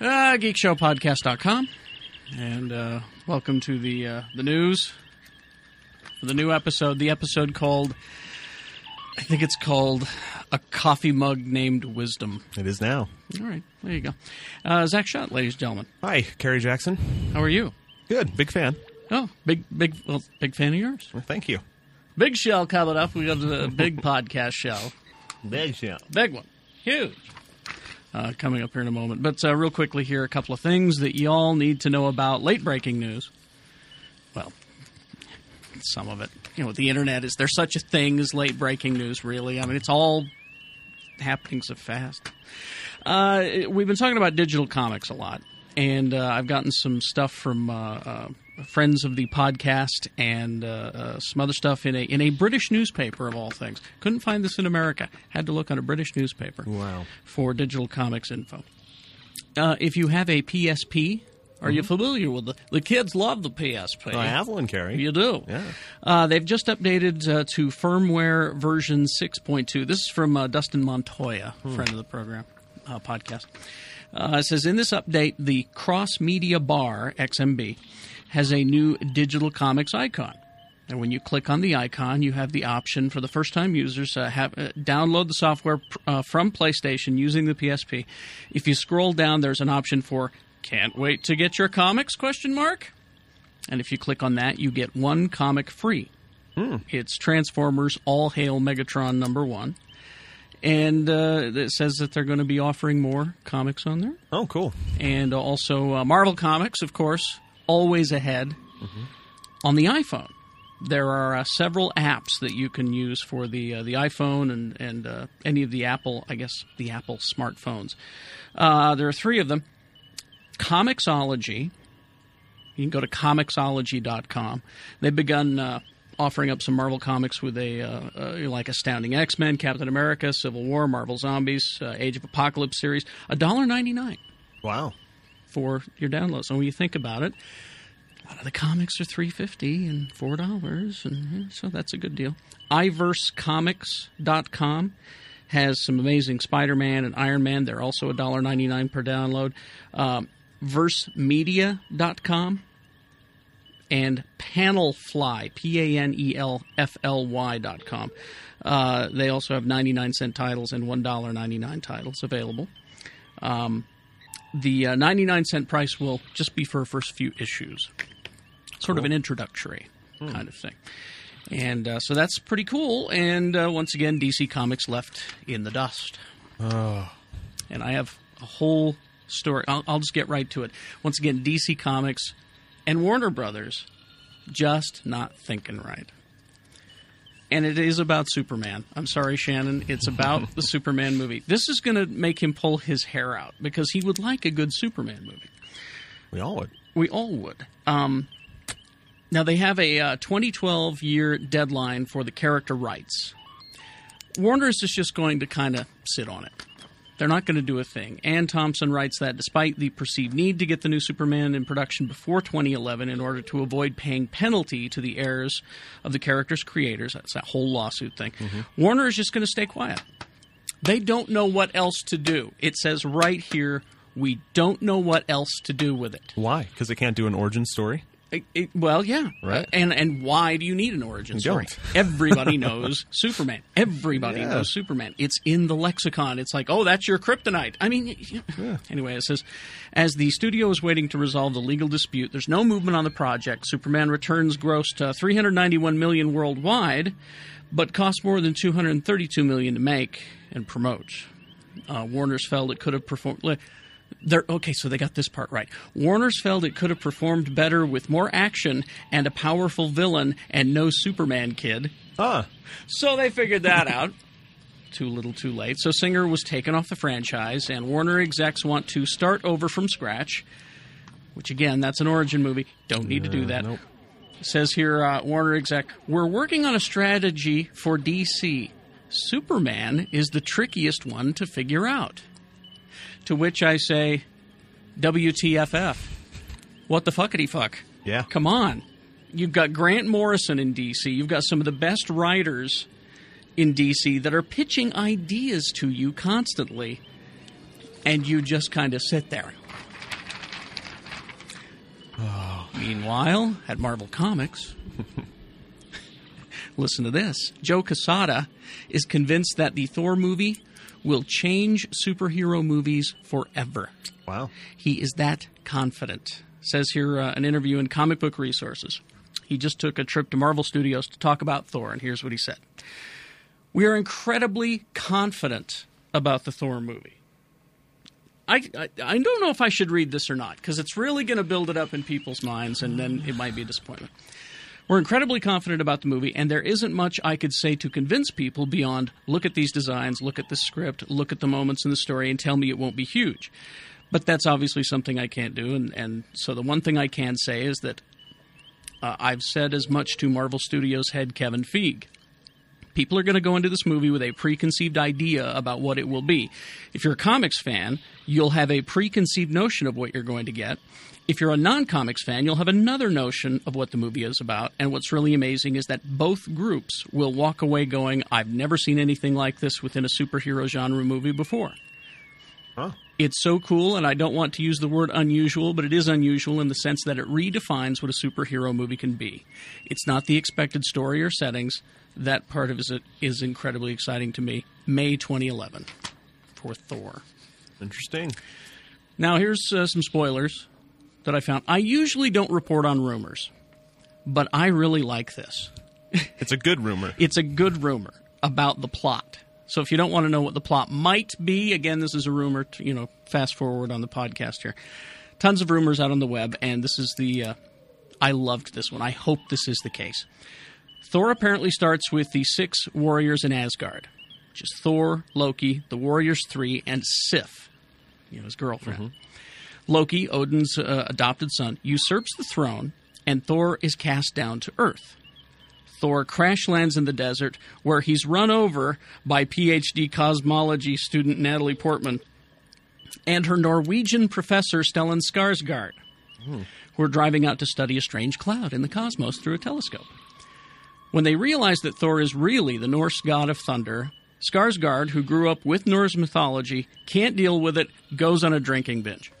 uh, geekshowpodcast.com. And uh, welcome to the uh, the news for the new episode. The episode called, I think it's called A Coffee Mug Named Wisdom. It is now. All right, there you go. Uh, Zach Schott, ladies and gentlemen. Hi, Carrie Jackson. How are you? Good. Big fan. Oh, big, big, well, big fan of yours. Well, thank you. Big show coming up. We got the big podcast show. Big show. Big one. Huge. Uh, coming up here in a moment. But uh, real quickly here, a couple of things that y'all need to know about late breaking news. Well, some of it. You know, the internet is there's such a thing as late breaking news, really. I mean, it's all happening so fast. Uh, it- we've been talking about digital comics a lot, and uh, I've gotten some stuff from uh, uh, friends of the podcast and uh, uh, some other stuff in a in a British newspaper of all things. Couldn't find this in America. Had to look on a British newspaper Wow. for digital comics info. Uh, if you have a PSP, are you familiar with the the kids love the PSP? I have one, Carrie. You do. Yeah. Uh, they've just updated uh, to firmware version 6.2. This is from uh, Dustin Montoya, Hmm. friend of the program uh, podcast. Uh, it says in this update, the cross media bar XMB has a new digital comics icon. And when you click on the icon, you have the option for the first time users uh, have uh, download the software pr- uh, from PlayStation using the PSP. If you scroll down, there's an option for "Can't wait to get your comics?" question mark. And if you click on that, you get one comic free. Hmm. It's Transformers All Hail Megatron number one. And uh, it says that they're going to be offering more comics on there. Oh, cool. And also uh, Marvel Comics, of course, always ahead Mm-hmm. on the iPhone. There are uh, several apps that you can use for the uh, the iPhone and and uh, any of the Apple, I guess, the Apple smartphones. Uh, there are three of them. Comixology. You can go to comixology.com. They've begun uh, offering up some Marvel comics with a uh, uh, like Astounding X Men, Captain America, Civil War, Marvel Zombies, uh, Age of Apocalypse series. $1.99 Wow. for your download. So when you think about it, a lot of the comics are three fifty and four dollars, and eh, so that's a good deal. Iversecomics.com has some amazing Spider-Man and Iron Man. They're also $1.99 per download. Um, versemedia.com and Panelfly, P A N E L F L Y dot com. Uh, they also have 99 cent titles and $1.99 titles available Um, the uh, 99 cent price will just be for first few issues sort of an introductory kind of thing and uh, so that's pretty cool and uh, once again dc comics left in the dust and i have a whole story I'll, I'll just get right to it once again dc comics and warner brothers just not thinking right and it is about Superman. I'm sorry, Shannon. It's about the Superman movie. This is going to make him pull his hair out because he would like a good Superman movie. We all would. We all would. Um, now, they have a uh, 2012 year deadline for the character rights. Warner's is just going to kind of sit on it. They're not going to do a thing. Ann Thompson writes that despite the perceived need to get the new Superman in production before 2011 in order to avoid paying penalty to the heirs of the character's creators, that's that whole lawsuit thing, Mm-hmm. Warner is just going to stay quiet. They don't know what else to do. It says right here, we don't know what else to do with it. Why? Because they can't do an origin story? It- it- well, yeah, Right. And and why do you need an origin You story? don't. Everybody knows Superman. Everybody Yeah. knows Superman. It's in the lexicon. It's like, oh, that's your kryptonite. I mean, y- y- anyway, it says, as the studio is waiting to resolve the legal dispute, there's no movement on the project. Superman Returns grossed uh, 391 million worldwide, but cost more than 232 million to make and promote. Uh, Warner's felt it could have performed. li- They're, okay, so they got this part right. Warner's felt it could have performed better with more action and a powerful villain and no Superman kid. Ah. So they figured that out. Too little, too late. So Singer was taken off the franchise, and Warner execs want to start over from scratch. Which again, that's an origin movie. Don't need to do that Nope. says here uh, Warner exec, we're working on a strategy for DC. Superman is the trickiest one to figure out. To which I say, WTFF. What the fuckity fuck? Yeah. Come on. You've got Grant Morrison in DC. You've got some of the best writers in DC that are pitching ideas to you constantly. And you just kind of sit there. Meanwhile, at Marvel Comics, listen to this Joe Casada is convinced that the Thor movie will change superhero movies forever. Wow. He is that confident. Says here uh, an interview in Comic Book Resources. He just took a trip to Marvel Studios to talk about Thor, and here's what he said We are incredibly confident about the Thor movie. I, I, I don't know if I should read this or not because it's really going to build it up in people's minds, and then it might be a disappointment. We're incredibly confident about the movie, and there isn't much I could say to convince people beyond look at these designs, look at the script, look at the moments in the story, and tell me it won't be huge. But that's obviously something I can't do, and, and so the one thing I can say is that uh, I've said as much to Marvel Studios head Kevin Feige. People are going to go into this movie with a preconceived idea about what it will be. If you're a comics fan, you'll have a preconceived notion of what you're going to get. If you're a non comics fan, you'll have another notion of what the movie is about. And what's really amazing is that both groups will walk away going, I've never seen anything like this within a superhero genre movie before. Huh. It's so cool, and I don't want to use the word unusual, but it is unusual in the sense that it redefines what a superhero movie can be. It's not the expected story or settings. That part of it is incredibly exciting to me. May 2011 for Thor. Interesting. Now, here's uh, some spoilers that I found. I usually don't report on rumors, but I really like this. It's a good rumor. It's a good rumor about the plot. So if you don't want to know what the plot might be, again, this is a rumor. t you know, fast forward on the podcast here. Tons of rumors out on the web, and this is the. Uh, I loved this one. I hope this is the case. Thor apparently starts with the six warriors in Asgard, which is Thor, Loki, the Warriors Three, and Sif, you know, his girlfriend. Loki, Odin's uh, adopted son, usurps the throne, and Thor is cast down to Earth. Thor crash lands in the desert where he's run over by PhD cosmology student Natalie Portman and her Norwegian professor Stellan Skarsgård, who are driving out to study a strange cloud in the cosmos through a telescope. When they realize that Thor is really the Norse god of thunder, Skarsgård, who grew up with Norse mythology, can't deal with it, goes on a drinking binge.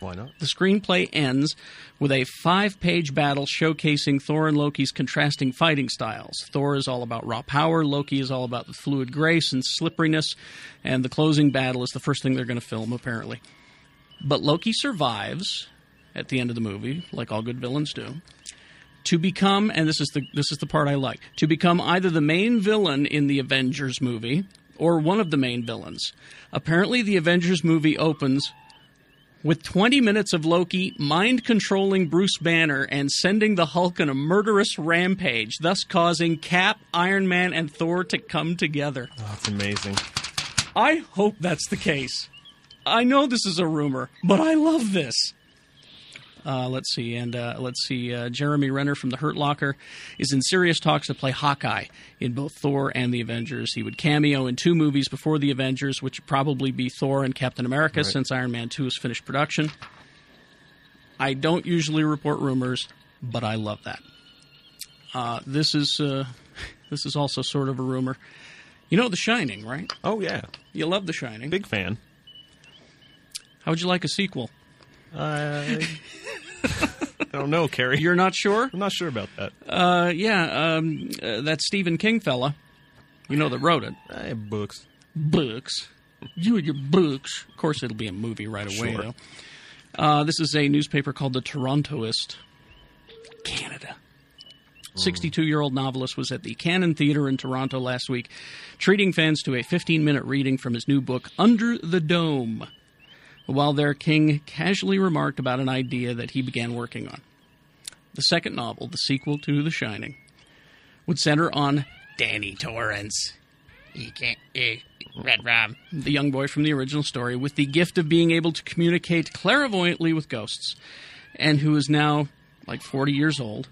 Why not? The screenplay ends with a five page battle showcasing Thor and Loki's contrasting fighting styles. Thor is all about raw power, Loki is all about the fluid grace and slipperiness, and the closing battle is the first thing they're going to film, apparently. But Loki survives at the end of the movie, like all good villains do. To become, and this is the this is the part I like, to become either the main villain in the Avengers movie or one of the main villains. Apparently, the Avengers movie opens with 20 minutes of Loki mind controlling Bruce Banner and sending the Hulk on a murderous rampage, thus causing Cap, Iron Man, and Thor to come together. Oh, that's amazing. I hope that's the case. I know this is a rumor, but I love this. Uh, let's see, and uh, let's see. Uh, Jeremy Renner from The Hurt Locker is in serious talks to play Hawkeye in both Thor and the Avengers. He would cameo in two movies before the Avengers, which would probably be Thor and Captain America, since Iron Man Two has finished production. I don't usually report rumors, but I love that. Uh, this is uh, this is also sort of a rumor. You know The Shining, right? Oh yeah, You love The Shining. big fan. How would you like a sequel? Uh, I I don't know, Carrie. You're not sure? I'm not sure about that. Uh, yeah, um, uh, that Stephen King fella, you know that wrote it. I have books. Books, you and your books. Of course, it'll be a movie right away. Sure. Though. Uh, this is a newspaper called the Torontoist, Canada. Oh. 62 year old novelist was at the Cannon Theatre in Toronto last week, treating fans to a 15 minute reading from his new book, Under the Dome. While there, King casually remarked about an idea that he began working on. The second novel, the sequel to The Shining, would center on Danny Torrance. You can't, eh, Red Rob. The young boy from the original story, with the gift of being able to communicate clairvoyantly with ghosts, and who is now like 40 years old.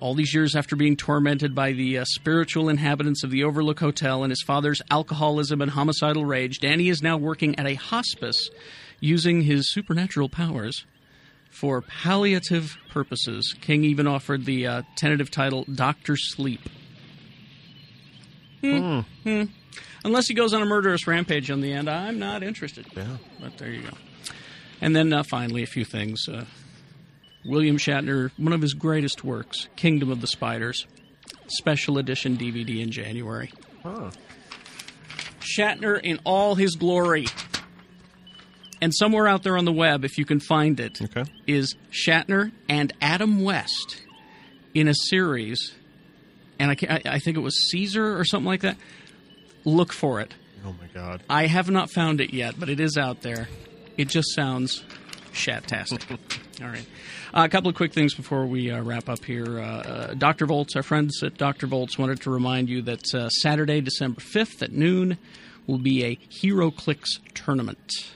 All these years after being tormented by the uh, spiritual inhabitants of the Overlook Hotel and his father's alcoholism and homicidal rage, Danny is now working at a hospice using his supernatural powers for palliative purposes. King even offered the uh, tentative title Doctor Sleep. Hmm. Hmm. Unless he goes on a murderous rampage on the end, I'm not interested. Yeah. But there you go. And then uh, finally, a few things. Uh, William Shatner, one of his greatest works, Kingdom of the Spiders, special edition DVD in January. Huh. Shatner in all his glory. And somewhere out there on the web, if you can find it, is Okay. Shatner and Adam West in a series, and I, can't, I, I think it was Caesar or something like that. Look for it. Oh my god. I have not found it yet, but it is out there. It just sounds shatastic. All right. Uh, a couple of quick things before we uh, wrap up here. Uh, uh, Dr. Volts, our friends at Dr. Volts, wanted to remind you that uh, Saturday, December 5th at noon, will be a Hero Clicks tournament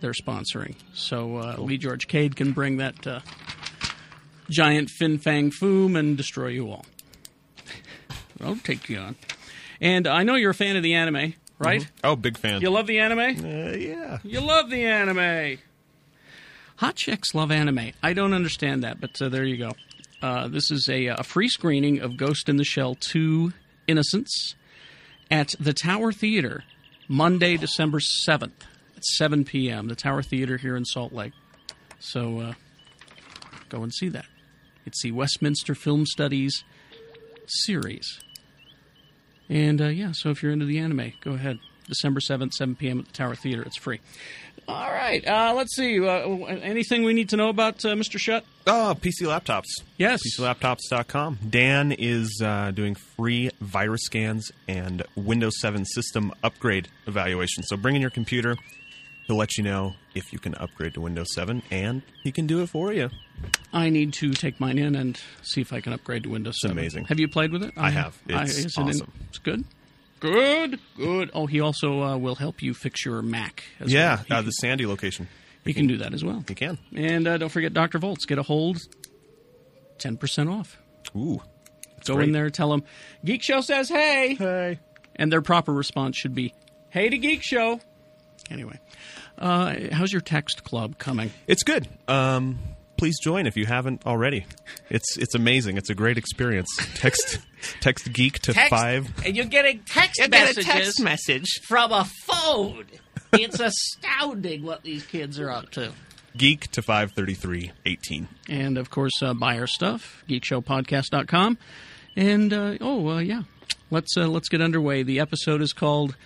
they're sponsoring. So uh, Lee George Cade can bring that uh, giant fin fang foom and destroy you all. I'll take you on. And I know you're a fan of the anime, right? Oh, big fan. You love the anime? Uh, yeah. You love the anime. Hot chicks love anime. I don't understand that, but uh, there you go. Uh, this is a, a free screening of Ghost in the Shell 2 Innocence at the Tower Theater, Monday, December 7th at 7 p.m., the Tower Theater here in Salt Lake. So uh, go and see that. It's the Westminster Film Studies series. And uh, yeah, so if you're into the anime, go ahead. December 7th, 7 p.m. at the Tower Theater. It's free. All right. Uh, let's see. Uh, anything we need to know about uh, Mr. Shutt? Oh, PC laptops. Yes. PCLaptops.com. Dan is uh, doing free virus scans and Windows 7 system upgrade evaluation. So bring in your computer. He'll let you know if you can upgrade to Windows 7, and he can do it for you. I need to take mine in and see if I can upgrade to Windows 7. amazing. Have you played with it? I have. It's is it in- awesome. it's good. Good. Good. Oh, he also uh, will help you fix your Mac as Yeah, well. He, uh, the Sandy location. he can do that as well. He can. And uh, don't forget Dr. Volts. Get a hold. 10% off. Oooo. Go in great. there, tell them, Geek Show says hey. Hey. and their proper response should be, "Hey to Geek Show." Anyway, uh, how's your text club coming? It's good. Um, please join if you haven't already. It's it's amazing. It's a great experience. Text text geek to five. And you're getting text messages message. from a phone. It's astounding what these kids are up to. Geek to five thirty three eighteen. And of course, uh, buy our stuff, geekshowpodcast.com. And uh, oh uh, yeah, let's uh, let's get underway. The episode is called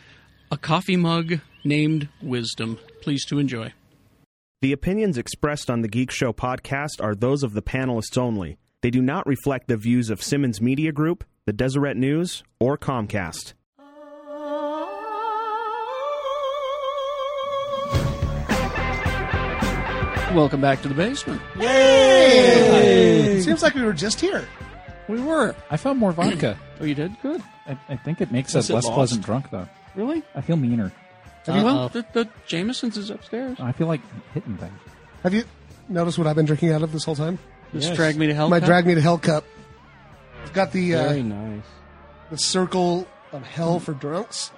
"A Coffee Mug Named Wisdom." Please to enjoy. The opinions expressed on the Geek Show podcast are those of the panelists only. They do not reflect the views of Simmons Media Group, the Deseret News, or Comcast. Welcome back to the basement. Seems like we were just here. We were. I found more vodka. Oh, you did good. I, I think it makes Was us it less lost? pleasant drunk, though. Really? I feel meaner. Well, the, the Jameson's is upstairs. I feel like hitting things. Have you noticed what I've been drinking out of this whole time? Just drag me to hell. My cup? drag me to hell cup. It's got the uh, Very nice. the circle of hell for drunks.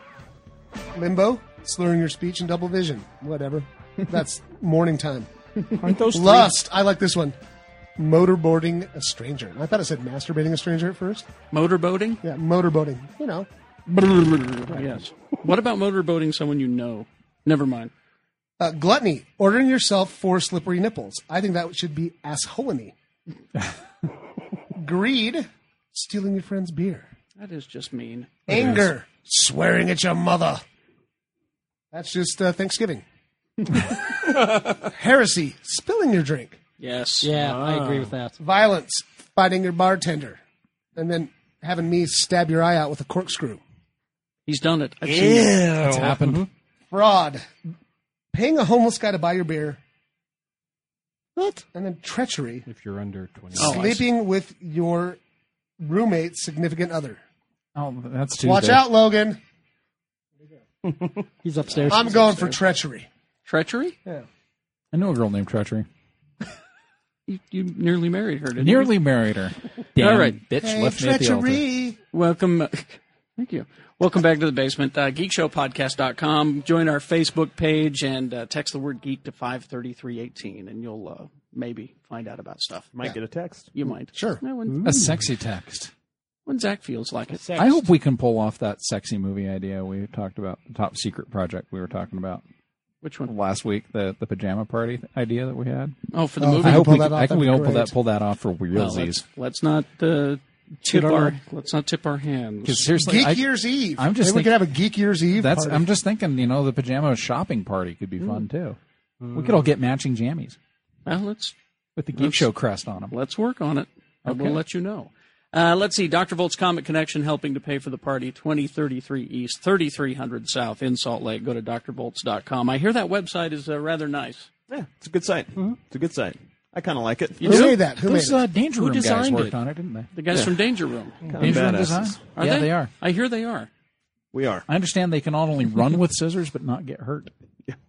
Limbo, slurring your speech and double vision. Whatever. That's morning time. Aren't those Lust. I like this one. Motorboarding a stranger. I thought it said masturbating a stranger at first. motorboating. Yeah, motorboating. You know, yes. What about motorboating someone you know? Never mind. uh, gluttony. Ordering yourself four slippery nipples. I think that should be assholony. Greed. Stealing your friend's beer. That is just mean. anger, swearing at your mother. That's just uh, Thanksgiving. Heresy, spilling your drink. Yes. Ah. Yeah, I agree with that. Violence, fighting your bartender. And then having me stab your eye out with a corkscrew. He's done it. I've seen it. It's happened. Fraud, paying a homeless guy to buy your beer. What? And then treachery, If you're under 20. Oh, I see. sleeping with your roommate's significant other. Oh, that's Tuesday. Watch out, Logan. He's upstairs. I'm going for treachery. Treachery? I know a girl named Treachery. You, you nearly married her, didn't you? Nearly married her. Damn All right. bitch Hey, left me at the altar. treachery. Welcome. Thank you. Welcome back to the basement. Uh, geekshowpodcast.com. Join our Facebook page and uh, text the word geek to 53318, and you'll uh, maybe find out about stuff. Might get a text. You might. Sure. No, when, A sexy text. when Zach feels like it. I hope we can pull off that sexy movie idea we talked about, the top secret project we were talking about. Which one? last week the the pajama party idea that we had. Oh, for the Oh, movie. I I hope hope pull we, that off, I can that'd we be all pull great. that pull that off for Well, let's, realsies. let's not uh, tip our- our let's not tip our hands. Because seriously, Geek I- Year's Eve. I'm just Maybe thinking- we could have a Geek Year's Eve. that's party. Mm. I'm just thinking, you know, the pajama shopping party could be fun too. We could all get matching jammies Well, let's with the geek Let's- show crest on them. let's work on it. and We'll Okay. let you know. Uh, let's see. Dr. Volt's Comic Connection helping to pay for the party. Twenty thirty three East, thirty three hundred South in Salt Lake. Go to drvolts.com. I hear that website is uh, rather nice. Yeah, it's a good site. It's a good site. I kind of like it. Who made that? Who Mm-hmm. Those made uh, Danger Who Room guys designed worked it? on it, didn't they? The guys from Danger Room. Danger Room badasses. Design. Are yeah, they? they are. I hear they are. We are I understand they can not only run with scissors but not get hurt.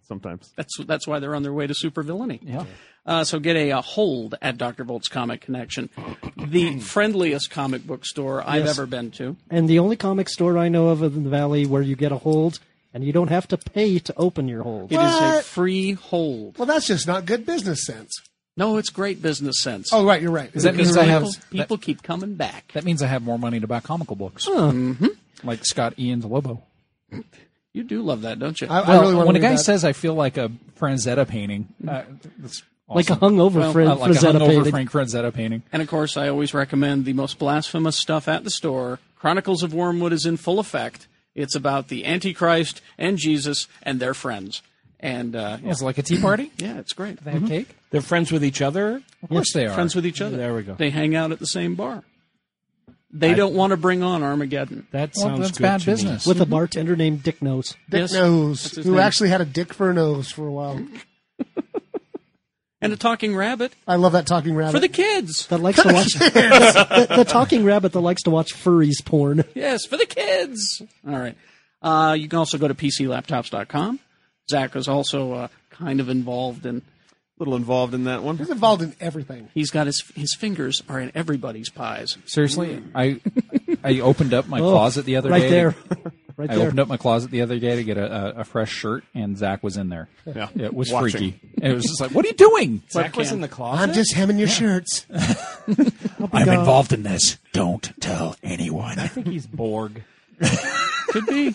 sometimes. That's that's why they're on their way to supervillainy. Yeah. Uh, so get a, uh hold at Dr. Volt's Comic Connection, the friendliest comic book store I've ever been to. And the only comic store I know of in the valley where you get a hold and you don't have to pay to open your hold. It is a What? free hold. Well, that's just not good business sense. No, it's great business sense. Oh, right, you're right. Is that- Because means I have- people, people keep coming back. That means I have more money to buy comical books. Like Scott Ian's Lobo. Hmm. You do love that, don't you? I, I Well, really want when to a guy that. says I feel like a Franzetta painting, uh, that's Like a awesome. hungover Well, friend, Uh, like a Frazetta hungover painted. Frank Franzetta painting. and of course, I always recommend the most blasphemous stuff at the store. Chronicles of Wormwood is in full effect. It's about the Antichrist and Jesus and their friends. And uh, It's like a tea party. yeah, it's great. Mm-hmm. They have cake. They're friends with each other. Of course they are. friends with each other. There we go. They hang out at the same bar. They don't want to bring on Armageddon. That well, sounds that's good bad to me. business. Mm-hmm. with a bartender named Dick Nose. Dick Yes, Nose, that's his who name. actually had a dick for a nose for a while. And a talking rabbit I love that talking rabbit. for the kids. That likes to watch the, the talking rabbit that likes to watch furries porn. Yes, for the kids. All right. Uh, you can also go to PCLaptops.com. Zach is also uh, kind of involved in. A little involved in that one. He's involved in everything. He's got his his fingers are in everybody's pies. Mm. Seriously, I I opened up my closet the other right day. there, right I there. opened up my closet the other day to get a, a, a fresh shirt, and Zach was in there. Yeah, it was Watching. freaky. And it was just like, "What are you doing?" Zach was in the closet. I'm just hemming your shirts. I'm involved in this. Don't tell anyone. I think he's Borg. Could be.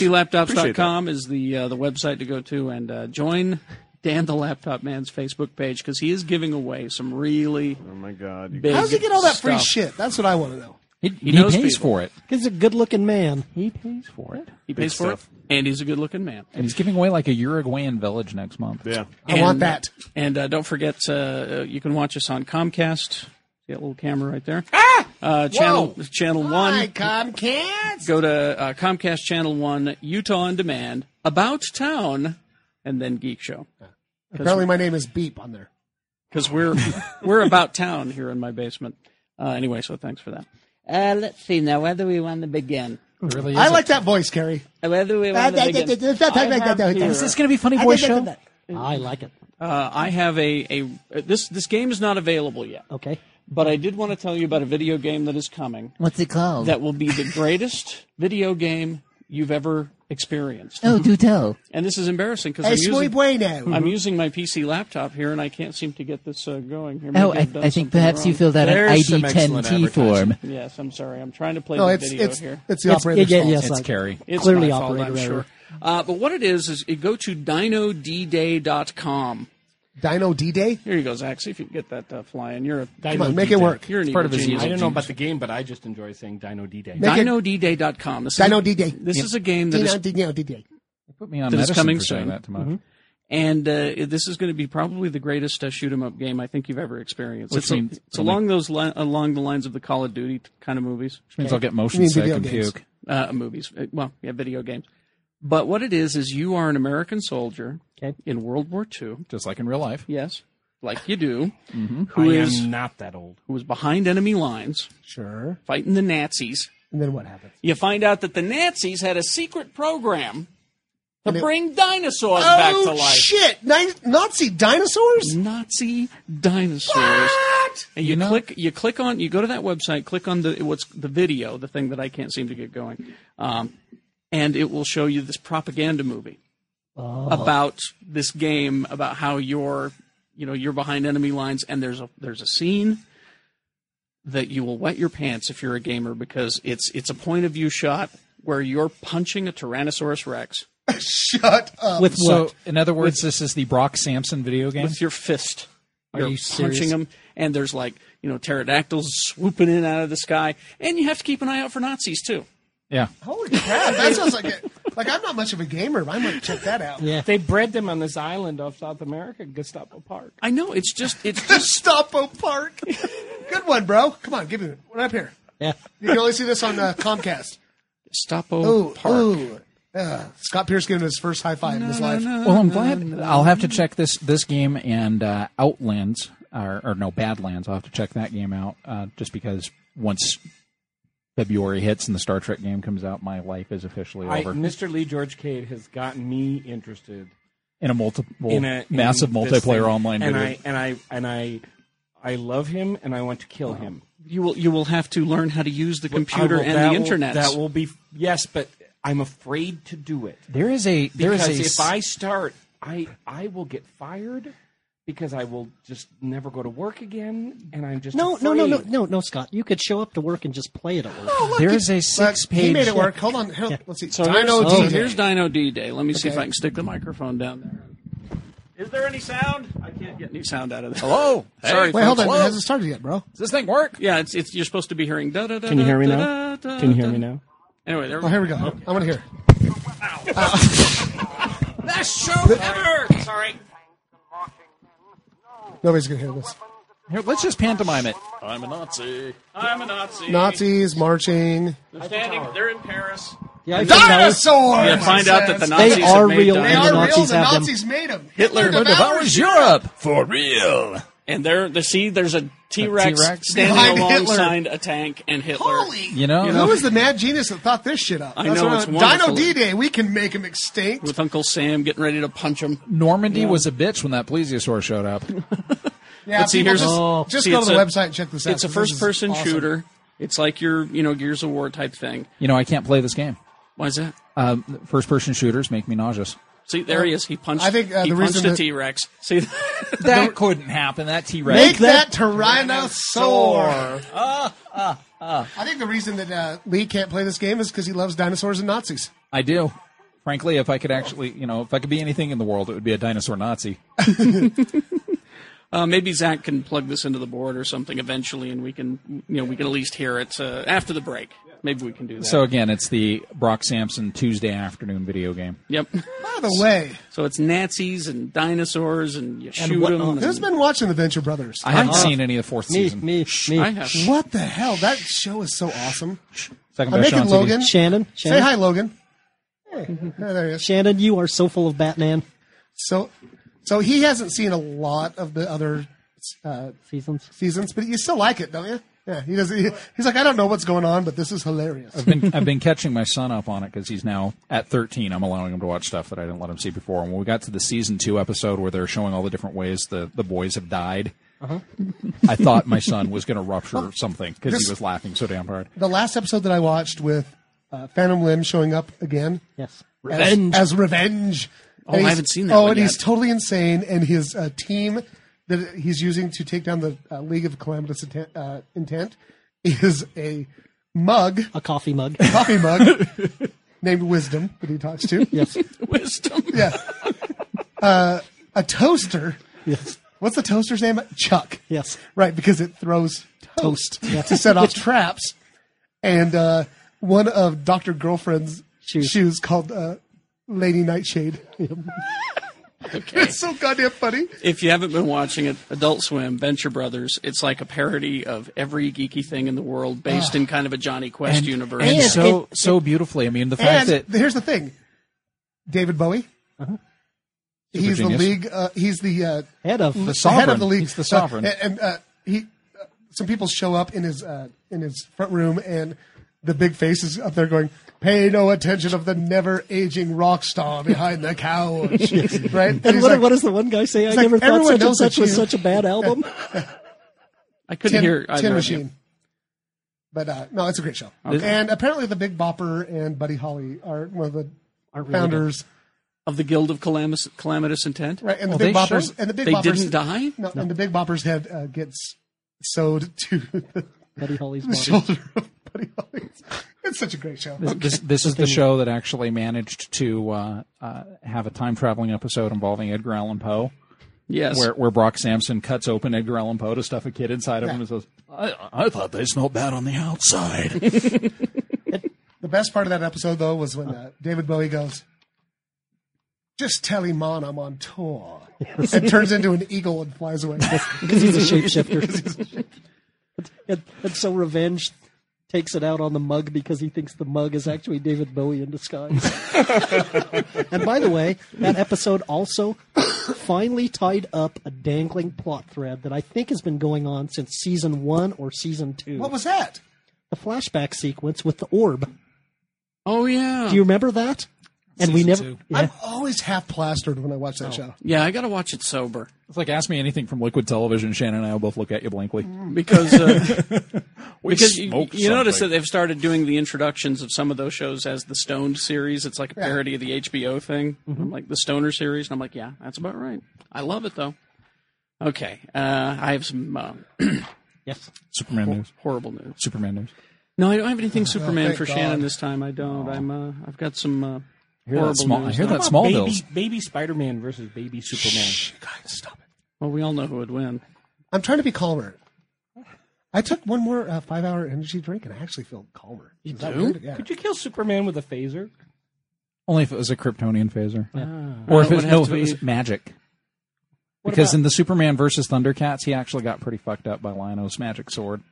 PCLaptops.com is the uh, the website to go to and uh, join Dan the Laptop Man's Facebook page because he is giving away some really Oh my god! You big. How does he get all that free stuff. shit? That's what I want to know. He, he knows pays people. for it. He's a good-looking man. He pays for it, He pays for stuff. it, and he's a good-looking man. and he's giving away like a Uruguayan village next month. yeah. I want that. And uh, don't forget, uh, you can watch us on Comcast. See that little camera right there? Uh, channel Channel One. Ah! Comcast. Go to uh, Comcast Channel One, Utah on Demand, About Town, and then Geek Show. Apparently, my name is Beep on there. Because we're we're about town here in my basement. Uh, anyway, so thanks for that. Uh, let's see now whether we want to begin. It really I is. like that voice, Carrie. Whether we want to begin. I have here- Is this going to be funny boy show? I like it. Uh, I have a, a uh, this this game is not available yet, Okay, but I did want to tell you about a video game that is coming What's it called? that will be the greatest video game you've ever experienced. oh, do tell. And this is embarrassing because I'm, Es muy using- bueno. I'm using my PC laptop here, and I can't seem to get this uh, going here. Maybe Oh, I, I've done I think something perhaps you wrong. filled out an There's some ID10T excellent form. Yes, I'm sorry. I'm trying to play No, the it's video it's here. it's the operator's yeah, fault. yes. It's Carrie. It's clearly my fault, operator I'm error. sure. Uh, but what it is is you go to dinodday.com. Dino D Day. Here you go, Zach. See if you can get that uh, flying. You're a Come on, make it work. you're an part evil of his genius. I don't know about the game, but I just enjoy saying Dino D-Day. Make it- dinodday.com. This is- Dino D Day. This is a game that Dino is Dino D Day. Put me on That is medicine coming for saying soon. Mm-hmm. that tomorrow. and uh, this is going to be probably the greatest uh, shoot 'em up game I think you've ever experienced. Which it's a- means- it's along those li- along the lines of the Call of Duty t- kind of movies, Which means I'll get You motion mean sick video and games. puke. uh, movies. Uh, Well, yeah, video games. But what it is is you are an American soldier Okay. in World War II. just like in real life. Yes, like you do. I Mm-hmm. Who is am not that old. who is behind enemy lines Sure. fighting the Nazis? And then what happens? You find out that the Nazis had a secret program to bring dinosaurs back to Oh life. shit! Ni- Nazi dinosaurs. Nazi dinosaurs. And you, You know- click you click on you go to that website, click on the what's the video, the thing that I can't seem to get going. Um, and it will show you this propaganda movie Oh. Oh. about this game, about how you're you know, you're behind enemy lines and there's a there's a scene that you will wet your pants if you're a gamer because it's it's a point of view shot where you're punching a Tyrannosaurus Rex Shut up. With So, what? in other words, this is the Brock Sampson video game. with your fist. Are you're you serious? punching them, and there's like you know pterodactyls swooping in out of the sky, and you have to keep an eye out for Nazis too. Yeah. Holy crap! That sounds like it. Like I'm not much of a gamer, but I might check that out. Yeah. They bred them on this island off South America, Gestapo Park. I know it's just it's just Gestapo Park. Good one, bro. Come on, give me one. One up here. Yeah. You can only see this on uh, Comcast. Oh, Gestapo Ooh, Park. ooh. Uh, Scott Pierce giving his first high five in his life. Well, I'm glad. I'll have to check this this game and uh, Outlands, or, or no, Badlands. I'll have to check that game out uh, just because once February hits and the Star Trek game comes out, my life is officially I, over. Mr. Lee George Cade has gotten me interested in a multiple, in a in massive this multiplayer thing. online and video. I and I and I I love him and I want to kill him. You will you will have to learn how to use the computer I will- and that the will- internet. That will be yes, but I'm afraid to do it there is a there is because a if s- I start, I I will get fired because I will just never go to work again, and I'm just No, no, no, no, afraid. no, no, Scott. You could show up to work and just play it at work. there is a But six He page made it work. Hold on. Here, Let's see. so Dino here's, so D-Day. here's Dino D Day. Let me see if Okay. I can stick the microphone down there. Is there any sound? I can't get any sound out of this. Hello, Sorry. Wait, hold on. Whoa. It hasn't started yet, bro. Does this thing work? Yeah, it's, it's you're supposed to be hearing da da da. Can you hear me da, now? da, da, Can you hear me da. now? Anyway, there. Oh, here we go. I want to hear. Best show ever. Sorry. Nobody's gonna hear this. Here, let's just pantomime it. I'm a Nazi. I'm a Nazi. Nazis marching. They're standing. They're in Paris. Yeah, I think that was- Dinosaurs. You find out that the Nazis. Nazis are have made real Oh, They dinosaurs. and are the Nazis real. The have them. Nazis made them. Hitler devours Europe for real. And there, the see, there's a T Rex T-Rex? standing Behind alongside a tank and Hitler. Holy. You know, Who was the mad genius that thought this shit up? I That's know, what it's Dino wonderful. D-Day. We can make him extinct. With Uncle Sam getting ready to punch him. Normandy was a bitch when that plesiosaur showed up. Yeah, Let's see, people here's- just, Oh. just See, go to it's the a- website and check this out. It's a 'cause this is first-person awesome. shooter. It's like your, you know, Gears of War type thing. You know, I can't play this game. Why is that? Um, first person shooters make me nauseous. See, there he is. He punched. I think, uh, he the punched reason a that- T Rex. See, That couldn't happen. That T Rex. Make that, Tyrannosaur. Uh, I think the reason that uh, Lee can't play this game is because he loves dinosaurs and Nazis. I do. Frankly, if I could actually, you know, if I could be anything in the world, it would be a dinosaur Nazi. uh, maybe Zach can plug this into the board or something eventually, and we can, you know, we can at least hear it uh, after the break. Maybe we can do that. So again, it's the Brock Sampson Tuesday afternoon video game. yep. By the way, So it's Nazis and dinosaurs, and you shoot what them. on- and- who's been watching Adventure Brothers? I haven't seen any of the fourth Me, season. me, me. I have. what the hell? That show is so awesome. Second I'm best Sean making Seavey. Logan. Shannon, Say Shannon, hi, Logan. Hey, oh, there he is. Shannon, you are so full of Batman So, so he hasn't seen a lot of the other uh, seasons. seasons, but you still like it, don't you? Yeah, he does. He, he's like, I don't know what's going on, but this is hilarious. I've been, I've been catching my son up on it because he's now at 13. I'm allowing him to watch stuff that I didn't let him see before. And when we got to the season two episode where they're showing all the different ways the, the boys have died, Uh-huh. I thought my son was going to rupture something because this- he was laughing so damn hard. The last episode that I watched with uh, Phantom Limb showing up again, Yes. revenge. As, revenge. Oh, I haven't seen that Oh, one and he's yet. totally insane, and his uh, team that he's using to take down the uh, League of Calamitous Intent, uh, intent is a mug, A coffee mug. coffee mug named Wisdom that he talks to. Yes. wisdom. Yeah. Uh, a toaster. Yes. What's the toaster's name? Chuck. Yes. Right, because it throws toast, to set off traps. And uh, one of Dr. Girlfriend's Shoes. shoes, called uh, Lady Nightshade. It's so goddamn funny. If you haven't been watching it, Adult Swim, Venture Brothers, it's like a parody of every geeky thing in the world based in kind of a Johnny Quest universe. And And- so, so beautifully. I mean, the fact And that here's the thing David Bowie. Uh-huh. He's the genius. league. Uh, he's the uh, Head of the, the head of sovereign. the league. He's the sovereign. Uh, and uh, he, uh, some people show up in his uh, in his front room, and the big face is up there going, "Pay no attention of the never aging rock star behind the couch." Right? And, And he's what, like, what does the one guy say? I like never thought everyone such and knows such that was you- such a bad album. I couldn't tin, hear tin either of you. machine. But uh, no, it's a great show. And apparently, the Big Bopper and Buddy Holly are one of the really founders, of the Guild of Calamus, Calamitous Intent. right? And the Well, Big they Boppers show- and the Big Oh, They Boppers didn't die. No, and the Big Bopper's head uh, gets sewed to the Buddy Holly's the body. shoulder of Buddy Holly. It's such a great show. This, this, this is the show that actually managed to uh, uh, have a time traveling episode involving Edgar Allan Poe, Yes. where, where Brock Sampson cuts open Edgar Allan Poe to stuff a kid inside of him and says, I, I thought they smelled bad on the outside. The best part of that episode, though, was when uh, David Bowie goes, "Just tell him on I'm on tour," and turns into an eagle and flies away. because he's a shapeshifter. and, and so revenge takes it out on the mug because he thinks the mug is actually David Bowie in disguise. and by the way, that episode also finally tied up a dangling plot thread that I think has been going on since season one or season two. what was that? the flashback sequence with the orb? oh yeah. Do you remember that? And we never. Season two. Yeah. I'm always half plastered when I watch Oh. that show. yeah, I got to watch it sober it's like, ask me anything from Liquid Television. Shannon and I will both look at you blankly. because uh, because you, smoked you notice that something. they've started doing the introductions of some of those shows as the Stoned series. It's like a parody of the HBO thing, Mm-hmm. I'm like the Stoner series. And I'm like, yeah, that's about right. I love it though. Okay, uh, I have some uh, Yes. Superman news. horrible news. Superman news. No, I don't have Oh, anything Superman thank for God. Shannon this time. I don't. I'm. Uh, I've got some uh, I hear horrible that, small, I news. hear though. that baby, Smallville's. baby Spider-Man versus baby Superman. Well, we all know who would win. I'm trying to be calmer. I took one more uh, five-hour energy drink, and I actually feel calmer. You do? Yeah. Could you kill Superman with a phaser? Only if it was a Kryptonian phaser. Ah. Well, Or if it it, would no, have if to it be- was magic. What because about- in the Superman versus Thundercats, he actually got pretty fucked up by Lio's magic sword.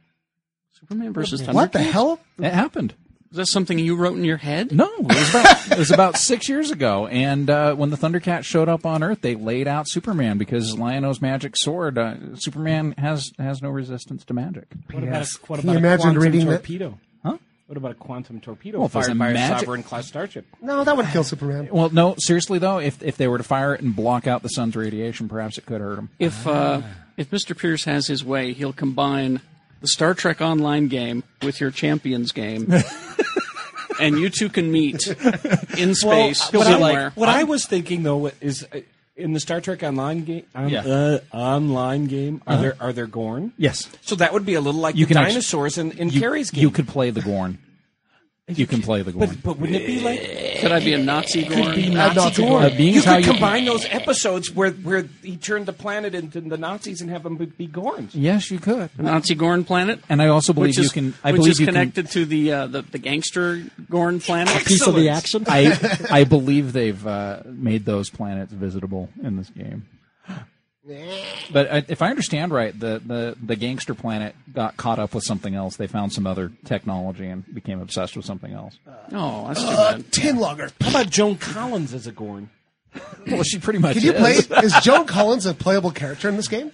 Superman versus Thunder. What the hell? It happened. Is that something you wrote in your head? No, it was about it was about six years ago, and uh, when the Thundercats showed up on Earth, they laid out Superman because Lio's magic sword. Uh, Superman has has no resistance to magic. What about, what Can about you a imagine quantum reading that? torpedo? Huh? What about a quantum torpedo Well, if it was fired a by a magic- sovereign class starship? No, that would kill Superman. Well, no, seriously though, if if they were to fire it and block out the sun's radiation, perhaps it could hurt him. If uh, if Mr. Pierce has his way, he'll combine the Star Trek Online game with your Champions game, and you two can meet in space what, I, somewhere. what I was thinking though is uh, in the Star Trek Online game. Um, Yeah. Uh-huh. uh, online game. Are there are there Gorn? Yes, So that would be a little like You the can actu- dinosaurs in, in you, Carrie's game. you could play the Gorn. You can play the Gorn. but, but wouldn't it be Eh, like Could I be a Nazi Gorn? Nazi, Gorn? Uh, being you as how could you- combine those episodes where where he turned the planet into the Nazis and have them be- be Gorns. yes, you could. Nazi Gorn planet? And I also believe Which is, you can. I which believe is you can- connected to the, uh, the the gangster Gorn planet. Piece of the action. I I believe they've uh, made those planets visitable in this game. But I, if I understand right, the, the, the gangster planet got caught up with something else. They found some other technology and became obsessed with something else. Oh, that's too bad. Tin logger. How about Joan Collins as a Gorn? Well, she pretty much Can you is. play? Is Joan Collins a playable character in this game?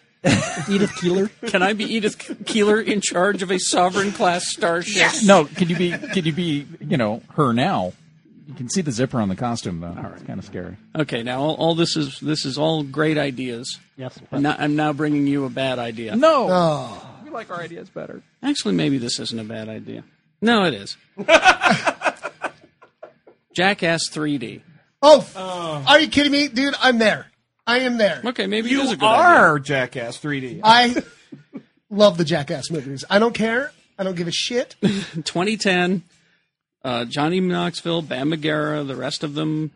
Edith Keeler. Can I be Edith Keeler in charge of a sovereign class starship? No, could you be? Could you be? You know, her now. You can see the zipper on the costume though. It's kind of scary. Okay, now all, all this is this is all great ideas. Yes. I'm, not, I'm now bringing you a bad idea. No, Oh. We like our ideas better. Actually, maybe this isn't a bad idea. No, it is. Jackass 3D. Oh, f- are you kidding me, dude? I'm there. I am there. Okay, maybe it is a Uh. You good idea. are Jackass 3D. I love the Jackass movies. I don't care. I don't give a shit. 2010, uh, Johnny Knoxville, Bam Margera, the rest of them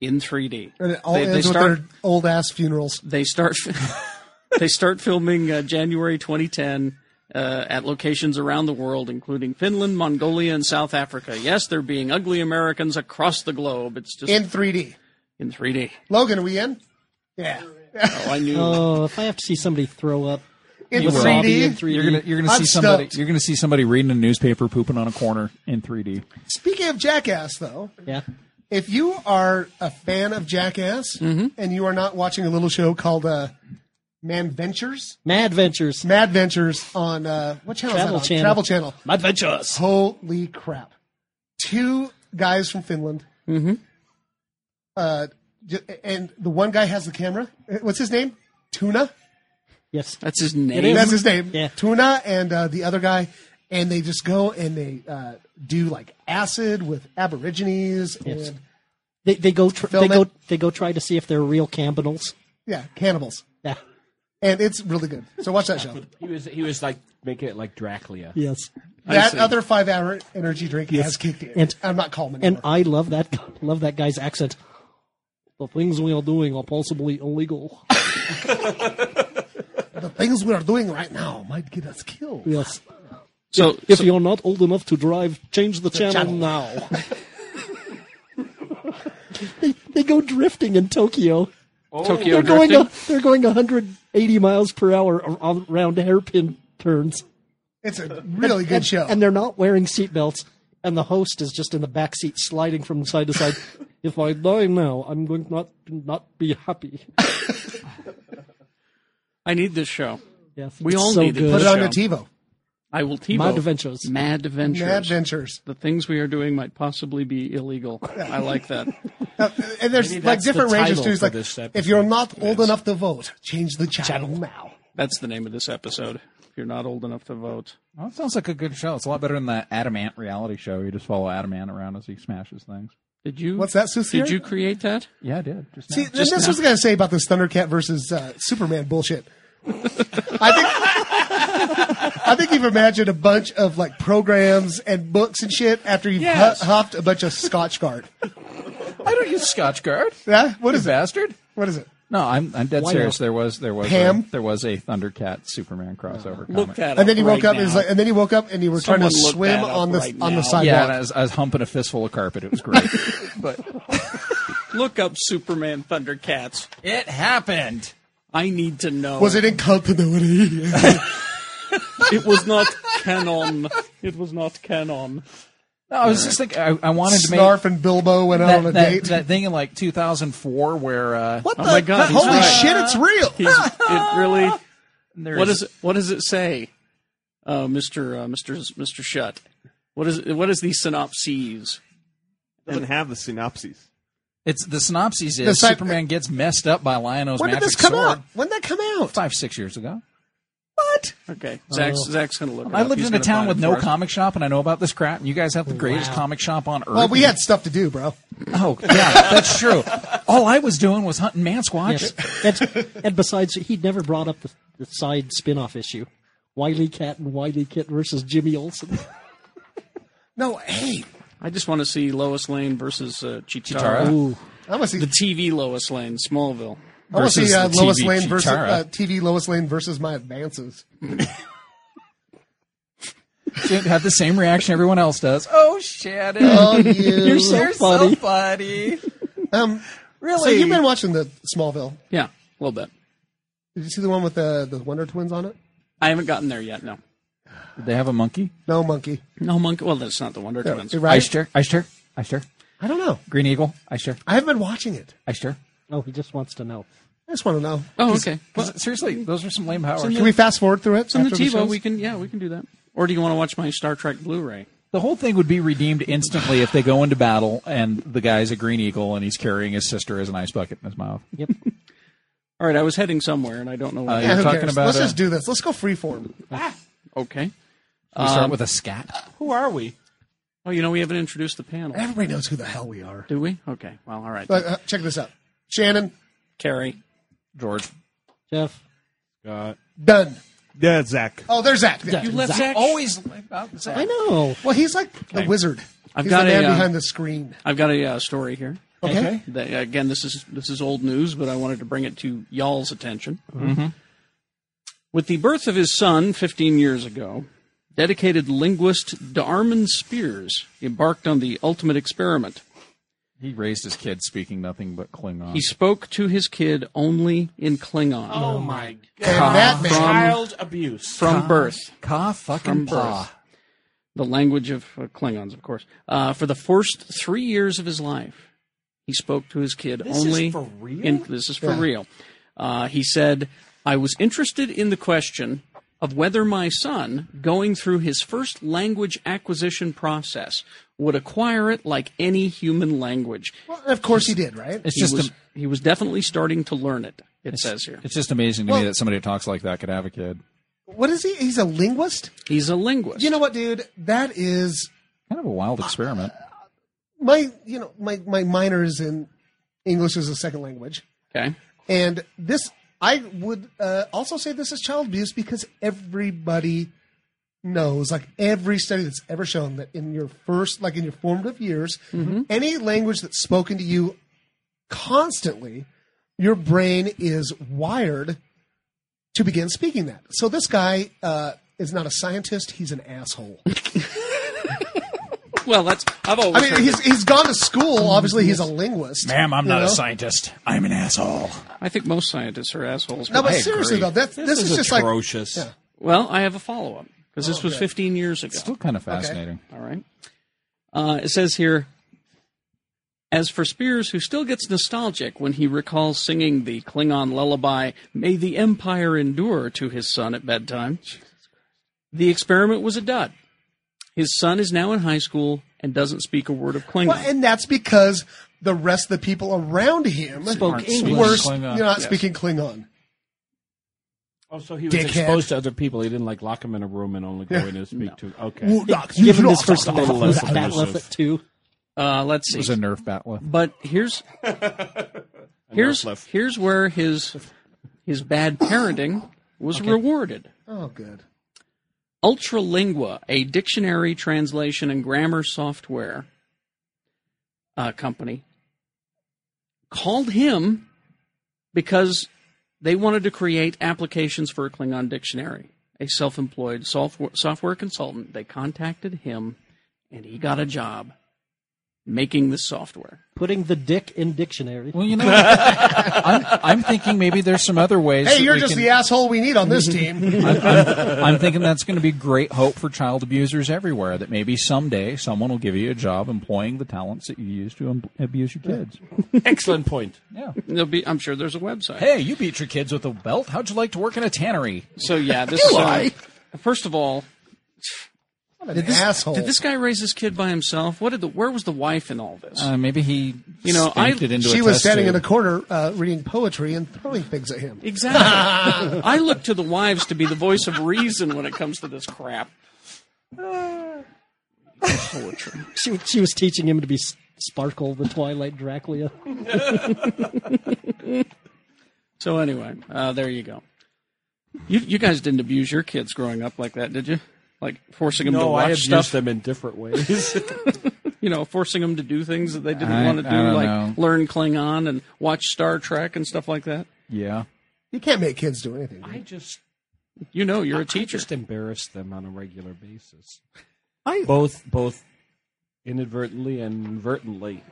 in 3D. And it all They- they ends with start- their old ass funerals. They start they start filming uh, January 2010 uh, at locations around the world, including Finland, Mongolia, and South Africa. Yes, they're being ugly Americans across the globe. It's just In 3D. in 3D. Logan, are we in? Yeah. Oh, I knew. Oh, if I have to see somebody throw up In will. zombie in 3D. 3D. you're gonna you're gonna I'm see somebody. stumped. You're gonna see somebody reading a newspaper, pooping on a corner in 3D. Speaking of Jackass, though, yeah. if you are a fan of Jackass and you are not watching a little show called uh, Man Ventures, Mad Ventures. Mad Ventures on uh, what channel? Travel is that on? Channel. Travel Channel. Mad Ventures. Holy crap! Two guys from Finland. Mm-hmm. Uh, j- and the one guy has the camera. Uh, What's his name? Tuna. Yes. That's his name. is. That's his name. Yeah. Tuna and uh, the other guy, and they just go and they uh, do like acid with aborigines Yes. and They, they go. Tr- Film they go. it. They go try to see if they're real cannibals. yeah, cannibals. Yeah. and it's really good. So watch that show. He was he was like making it like Dracula. Yes. That uh, other five hour energy drink has kicked in. And- I'm not calm anymore. And I love that love that guy's accent. The things we are doing are possibly illegal. the things we are doing right now might get us killed. Yes. So, If so- you're not old enough to drive, change the, channel, channel. now. they, they go drifting in Tokyo. Oh. Tokyo they're going drifting. a, they're going 180 miles per hour ar- around hairpin turns, It's a really good show. and they're not wearing seatbelts. And the host is just in the back seat, sliding from side to side. if I die now, I'm going to not not be happy. I need this show. Yes, We it's all so need it. good. Put it on show. the TiVo. I will TiVo. Mad Adventures. Mad Adventures. Mad Ventures. the things we are doing might possibly be illegal. I like that. And there's like that's different the ranges title too. It's for like this episode. if you're not old enough to vote, change the channel, now. That's the name of this episode. If you're not old enough to vote, Well, that sounds like a good show. It's a lot better than that Adam Ant reality show. You just follow Adam Ant around as he smashes things. did you? What's that, Did Susie? you create that? Yeah, I did. Just See, and this was gonna say about this Thundercat versus uh, Superman bullshit. I think I think you've imagined a bunch of like programs and books and shit after you've hu- Yes. huffed a bunch of Scotch Guard. I don't use Scotch Guard. Yeah, what is it? bastard? What is it? No, I'm I'm dead Why serious. not? There was there was Pam? A, there was a Thundercat Superman crossover. Look comic. that up. And then he right woke up. And, he's now. like, and then he woke up and you were Someone trying to look swim that up on the right on the now. Yeah, sidewalk. and I was, I was humping a fistful of carpet. It was great. but Look up Superman Thundercats. it happened. I need to know. Was it in continuity? It was not canon. It was not canon. No, I was just thinking. I, I wanted to make Snarf and Bilbo went out that, on a that- date. that thing in like 2004 where uh, what Oh my God! he's Holy right. shit, it's real. He's, it really. there's, What does it? What does it say, uh, Mister uh, Mister Mister Shut? What is what is the synopses? doesn't have the synopses. It's the synopsis is The site- Superman gets messed up by Lionel's When did magic this come sword out? When did that come out? five six years ago. What? Okay, Zach's Zach's gonna look. It I up. lived He's in a gonna town find with it no for us. comic shop, and I know about this crap. And you guys have the greatest comic shop on earth. Well, we had stuff to do, bro. oh yeah, that's true. All I was doing was hunting Mansquatch. Yes. and, and besides, he never brought up the, the side spin-off issue. Wiley Cat and Wiley Kit versus Jimmy Olsen. No, hey, I just want to see Lois Lane versus uh, Chitara. Chitara. Ooh. I want to see. The TV Lois Lane, Smallville. I want to versus see uh, the Lois TV Lane versus Chitara. uh, TV Lois Lane versus my advances. Didn't have the same reaction everyone else does. Oh Shannon, Oh, you. You're so you're funny. so funny. um, Really? so you've been watching the Smallville. Yeah, a little bit. Did you see the one with the the Wonder Twins on it? I haven't gotten there yet. No, Did they have a monkey? No monkey. no monkey. Well, that's not the Wonder No, Twins. right? Ice chair, ice chair, ice chair. I don't know. Green eagle, ice chair, I haven't been watching it. ice chair. Oh, he just wants to know. I just want to know. Oh, okay. Well, 'Cause seriously, those are some lame powers. Can we fast forward through it? it's in the after the TiVo. shows? we can. Yeah, we can do that. Or do you want to watch my Star Trek Blu-ray? The whole thing would be redeemed instantly if they go into battle and the guy's a green eagle and he's carrying his sister as an ice bucket in his mouth. Yep. All right, I was heading somewhere and I don't know where. yeah. Yeah, who talking cares? about, Let's uh, just do this. Let's go freeform. Ah. Okay. Um, We start with a scat. Who are we? Oh, you know we haven't introduced the panel, Everybody knows who the hell we are. do we? Okay. Well, all right. But, uh, check this out. Shannon, Carrie. George. Jeff. done. Yeah, Zach. Oh, there's Zach. You left Zach. Always. I know. Well, he's like the wizard. I've he's got the man a, uh, behind the screen. I've got a uh, story here. Okay. That, uh, again, this is this is old news, but I wanted to bring it to y'all's attention. Mm-hmm. With the birth of his son 15 years ago, dedicated linguist Darman Spears embarked on the ultimate experiment. He raised his kid speaking nothing but Klingon. He spoke to his kid only in Klingon Oh my And god! that man, Child abuse. from birth. Ka from fucking birth. pa. The language of uh, Klingons, of course. Uh, for the first three years of his life, he spoke to his kid This is only. for real? in- this is for real. Uh, he said, "I was interested in the question of whether my son, going through his first language acquisition process, would acquire it like any human language. well, of course he did, right? It's He just was, am- he was definitely starting to learn it." It says here it's just amazing to me that somebody who talks like that could have a kid. What is he? He's a linguist. he's a linguist. You know what, dude? That is Kind of a wild experiment. my you know my my minor is in English as a second language, okay. and this I would uh, also say this is child abuse because everybody knows, like every study that's ever shown, that in your first, like in your formative years, any language that's spoken to you constantly, your brain is wired to begin speaking that. So this guy uh, is not a scientist; he's an asshole. Well, that's I've always. I mean, heard he's he's gone to school. Obviously, he's a linguist. Ma'am, I'm you not a know? scientist. I'm an asshole. that. I think most scientists are assholes. No, but I- seriously though, that's, this, is, just like Oh, atrocious. well, I have a follow up because this was 15 years ago. Still kind of fascinating. All right. Uh, it says here, as for Spears, who still gets nostalgic when he recalls singing the Klingon lullaby, May the Empire Endure to his son at bedtime, the experiment was a dud. His son is now in high school and doesn't speak a word of Klingon. Well, and that's because the rest of the people around him Spoke English. were Klingon. you're not Yes. speaking Klingon. Oh, so he was Dickhead. exposed to other people. He didn't like lock him in a room and only go in and speak to. Okay. Give him his first a little battle, less battle abusive. effort too. uh, let's It see. was a Nerf battle. But here's here's here's where his his bad parenting was rewarded. Oh, good. Ultralingua, a dictionary translation and grammar software uh, company, called him because they wanted to create applications for a Klingon dictionary. A self employed software, software consultant, they contacted him and he got a job making this software. Putting the dick in dictionary. Well, you know, I'm, I'm thinking maybe there's some other ways. Hey, that you're we just can- the asshole we need on this team. I'm, I'm, I'm thinking that's going to be great hope for child abusers everywhere. That maybe someday someone will give you a job employing the talents that you use to um, abuse your kids. Excellent point. Yeah. There'll be, I'm sure there's a website. Hey, you beat your kids with a belt. How'd you like to work in a tannery? So, yeah, this is. uh, first of all, An asshole. did this guy raise his kid by himself? What did the? Where was the wife in all this? Uh, maybe he, You know, I- stinked it into she a was test standing in tube. the corner uh, reading poetry and throwing things at him. exactly. I look to the wives to be the voice of reason when it comes to this crap. Poetry. She, she was teaching him to be S- Sparkle, the Twilight Dracula. So anyway, uh, there you go. You you guys didn't abuse your kids growing up like that, did you? Like forcing them to No, I watch abused stuff, them in different ways. you know, forcing them to do things that they didn't I- want to I do, don't like know. learn Klingon and watch Star Trek and stuff like that. Yeah. You can't make kids do anything. I just You know, you're a I teacher. just embarrass them on a regular basis. I- both both inadvertently and inadvertently.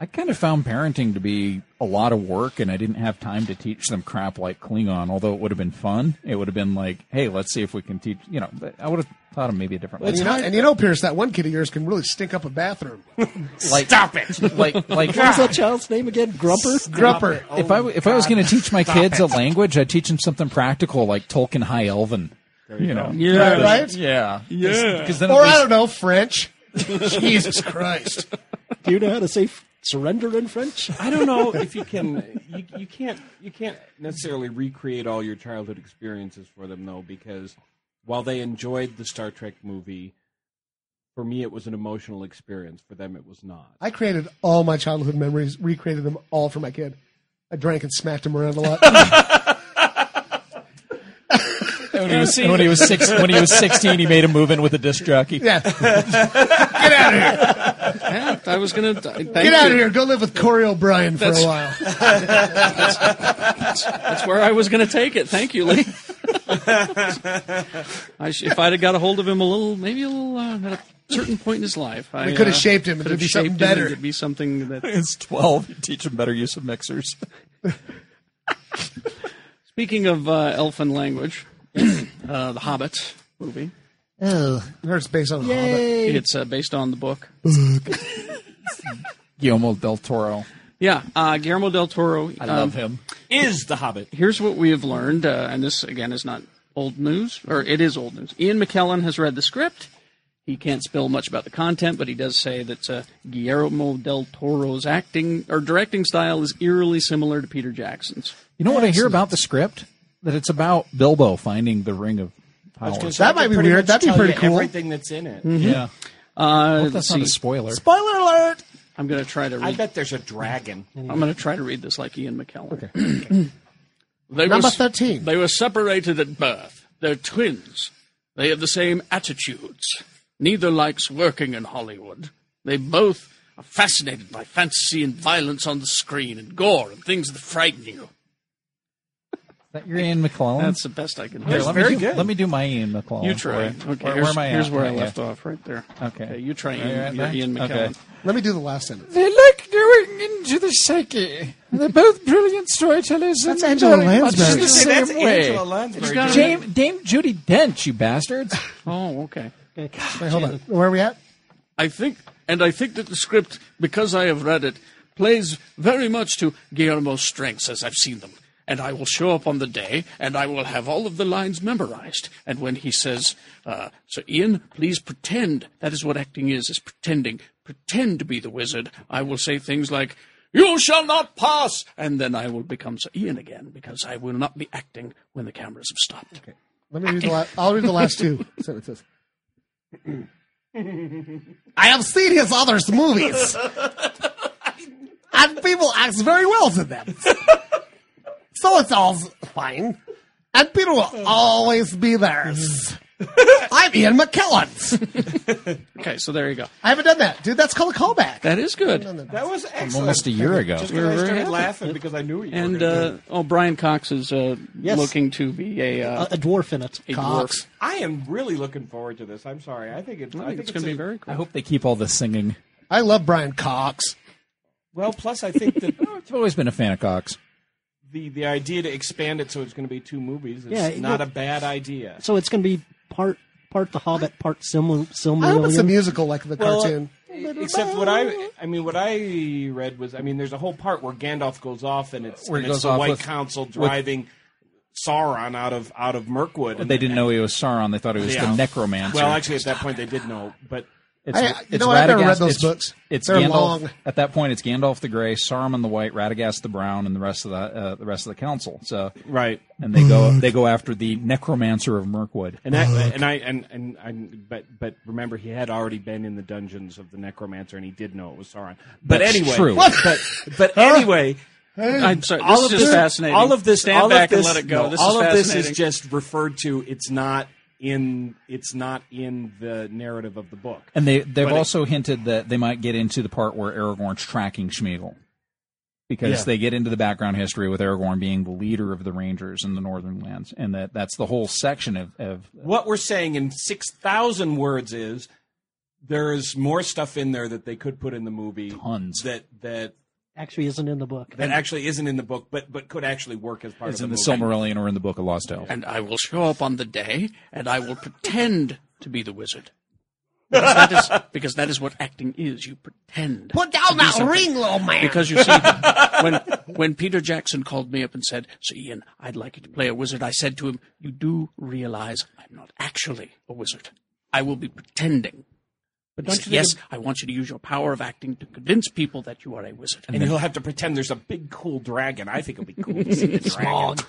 I kind of found parenting to be a lot of work, and I didn't have time to teach them crap like Klingon. Although it would have been fun, it would have been like, hey, let's see if we can teach. You know, I would have taught them maybe a different And way. you, know, and you know, Pierce, that one kid of yours can really stink up a bathroom. Like, Stop it! Like, like What was that child's name again? Grumper? Grumper. if I w- if I was going to teach my kids a language, I'd teach them something practical like Tolkien High Elven. You, know, yeah, Right, right? yeah, yeah. Because then, Or at I least- don't know, French. Jesus Christ. Do you know how to say f- surrender in French? I don't know if you can you, you can't you can't necessarily recreate all your childhood experiences for them though because while they enjoyed the Star Trek movie, for me it was an emotional experience. For them it was not. I created all my childhood memories, recreated them all for my kid. I drank and smacked him around a lot. when, he was, when he was six, when he was sixteen, he made a move in with a disc jockey. yeah. Get out of here. yeah, I was gonna. Thank Get you. out of here. Go live with Corey O'Brien for That's- a while. That's where I was going to take it. Thank you, Lee. I sh- if I'd have got a hold of him a little, maybe a little uh, at a certain point in his life, I We could have uh, shaped him. could It'd have be shaped something him better. It'd be something that. It's twelve. You teach him better use of mixers. Speaking of uh, elfin language, uh, the Hobbit movie. Oh. It's based on the Hobbit. Yay. It's uh, based on the book. Guillermo del Toro. Yeah, uh, Guillermo del Toro. um, I love him. Is the Hobbit? here's what we have learned, uh, and this again is not old news, or it is old news. Ian McKellen has read the script. He can't spill much about the content, but he does say that uh, Guillermo del Toro's acting or directing style is eerily similar to Peter Jackson's. You know what I hear about the script? That it's about Bilbo finding the Ring of Power. That might be weird. That'd be pretty cool. Mm-hmm. Everything that's in it. Yeah. Uh, That's let's not a see. spoiler. Spoiler alert! I'm going to try to I read. bet there's a dragon. I'm going to try to read this like Ian McKellen. They Number were, 13. They were separated at birth. They're twins. They have the same attitudes. Neither likes working in Hollywood. They both are fascinated by fantasy and violence on the screen and gore and things that frighten you. that your Ian McClellan? That's the best I can do. Here, let me do, Let me do my Ian McClellan. You for try. you. it. Where- Okay, where, here's, am I at? here's where I Yeah. left off, right there. Okay. you try Are you at Ian, your that? Ian McKellen. Okay. Let me do the last sentence. They like going into the psyche. They're both brilliant storytellers. That's and Angela very much Lansbury. the the same That's way. Angela Lansbury. Dame, Dame Judy Dench, you bastards. Oh, okay. Wait, hold on. Where are we at? I think, and I think that the script, because I have read it, plays very much to Guillermo's strengths as I've seen them. And I will show up on the day, and I will have all of the lines memorized. And when he says, uh, "So Ian, please pretend," that is what acting is: is pretending. Pretend to be the wizard. I will say things like, "You shall not pass," and then I will become Sir Ian again because I will not be acting when the cameras have stopped. Let me read the. La- I'll read the last two sentences. I have seen his other movies, and people act very well to them. So it's all fine, and people will always be theirs. I'm Ian McKellen. Okay, so there you go. I haven't done that, dude. That's called a callback. That is good. That was excellent. Almost a year ago. Just We were because I very started happy. laughing because I knew you. were And gonna do it. uh, oh, Brian Cox is uh, Yes. looking to be a, uh, a, a dwarf in it. a Cox. dwarf. I am really looking forward to this. I'm sorry. I think, it, I I think it's going to a- be very I cool. hope they keep all the singing. I love Brian Cox. well. Plus, I think that I've always been a fan of Cox. the the idea to expand it so it's going to be two movies is Yeah, it- not a bad idea. So it's going to be part part the Hobbit, part I Silma- hope it's a Silmarillion. musical like the cartoon. Well, uh, except what I, I mean, what I read was, I mean, there's a whole part where Gandalf goes off and it's, Where he and it's goes the off White with- Council driving Sauron out of out of Mirkwood. and They didn't know he was Sauron. They thought he was Yeah. the necromancer. Well, actually, at that point, they did know, but it's, I- you know what? I've never read those it's, books. It's They're Gandalf. long. At that point, it's Gandalf the Grey, Saruman the White, Radagast the Brown, and the rest of the uh, the rest of the council. So right. and they go Mm. they go after the necromancer of Mirkwood. And I, and I and and I but but remember he had already been in the dungeons of the necromancer and he did know it was Sauron. But That's anyway, true. but but anyway, I'm sorry. This all is of just this fascinating. All of this, Stand all back of this, and let it go. no, this all is of this is fascinating. just referred to. It's not in. It's not in the narrative of the book. And they they've But it- also hinted that they might get into the part where Aragorn's tracking Schmeagol. Because Yeah. they get into the background history with Aragorn being the leader of the Rangers in the Northern Lands, and that that's the whole section of, of What we're saying in six thousand words is there is more stuff in there that they could put in the movie. Tons. that that Actually, isn't in the book. that actually isn't in the book, but but could actually work as part it's of in the the movie. Silmarillion or in the Book of Lost Tales. And I will show up on the day, and I will pretend to be the wizard. Because that is because that is what acting is. You pretend. Put down that ring, little man. Because you see, when when Peter Jackson called me up and said, "So Ian, I'd like you to play a wizard," I said to him, "You do realize I'm not actually a wizard. I will be pretending." But he said, "Yes, I want you to use your power of acting to convince people that you are a wizard." And he'll have to pretend there's a big cool dragon. I think it'll be cool to see the dragon.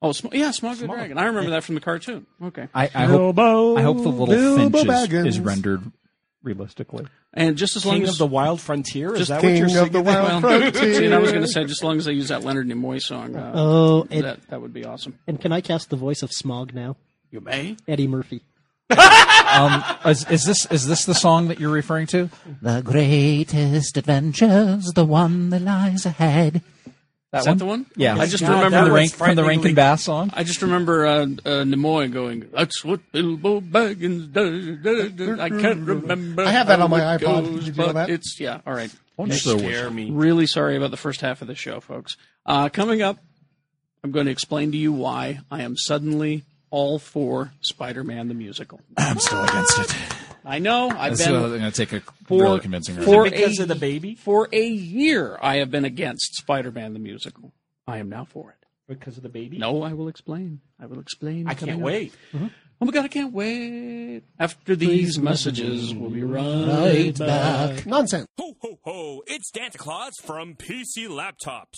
Oh, sm- yeah, Smog the Dragon. I remember that from the cartoon. Okay. I, I hope Bilbo- I hope the little Bilbo finch is, is Baggins. rendered realistically. And just as long King as of the Wild Frontier? Is Just that what King you're of singing? the Wild well, Frontier. see, and I was going to say, just as long as they use that Leonard Nimoy song, uh, Oh, and, that that would be awesome. and can I cast the voice of Smog now? You may. Eddie Murphy. Um, is, is this is this the song that you're referring to? The greatest adventure's the one that lies ahead. Is that the one? Yeah, I just From the remember Rank- from the Rankin Bass song. I just remember uh, uh, Nimoy going, "That's what Bilbo Baggins does." da, da, da." I can't remember. I have that how on my it iPod. goes, Did you know but that? it's yeah. All right. So Scare me. Really sorry about the first half of the show, folks. Uh, coming up, I'm going to explain to you why I am suddenly all for Spider-Man the musical. I'm still against it. I know I've That's uh, been going to take a for, really convincing reason. for Because a, of the baby? For a year, I have been against Spider-Man the musical. I am now for it. Because of the baby? No, I will explain. I will explain. I can't coming up. wait. Oh my god, I can't wait. After these messages, we'll be right back. Nonsense. Ho, ho, Oh, ho! It's Santa Claus from PC Laptops.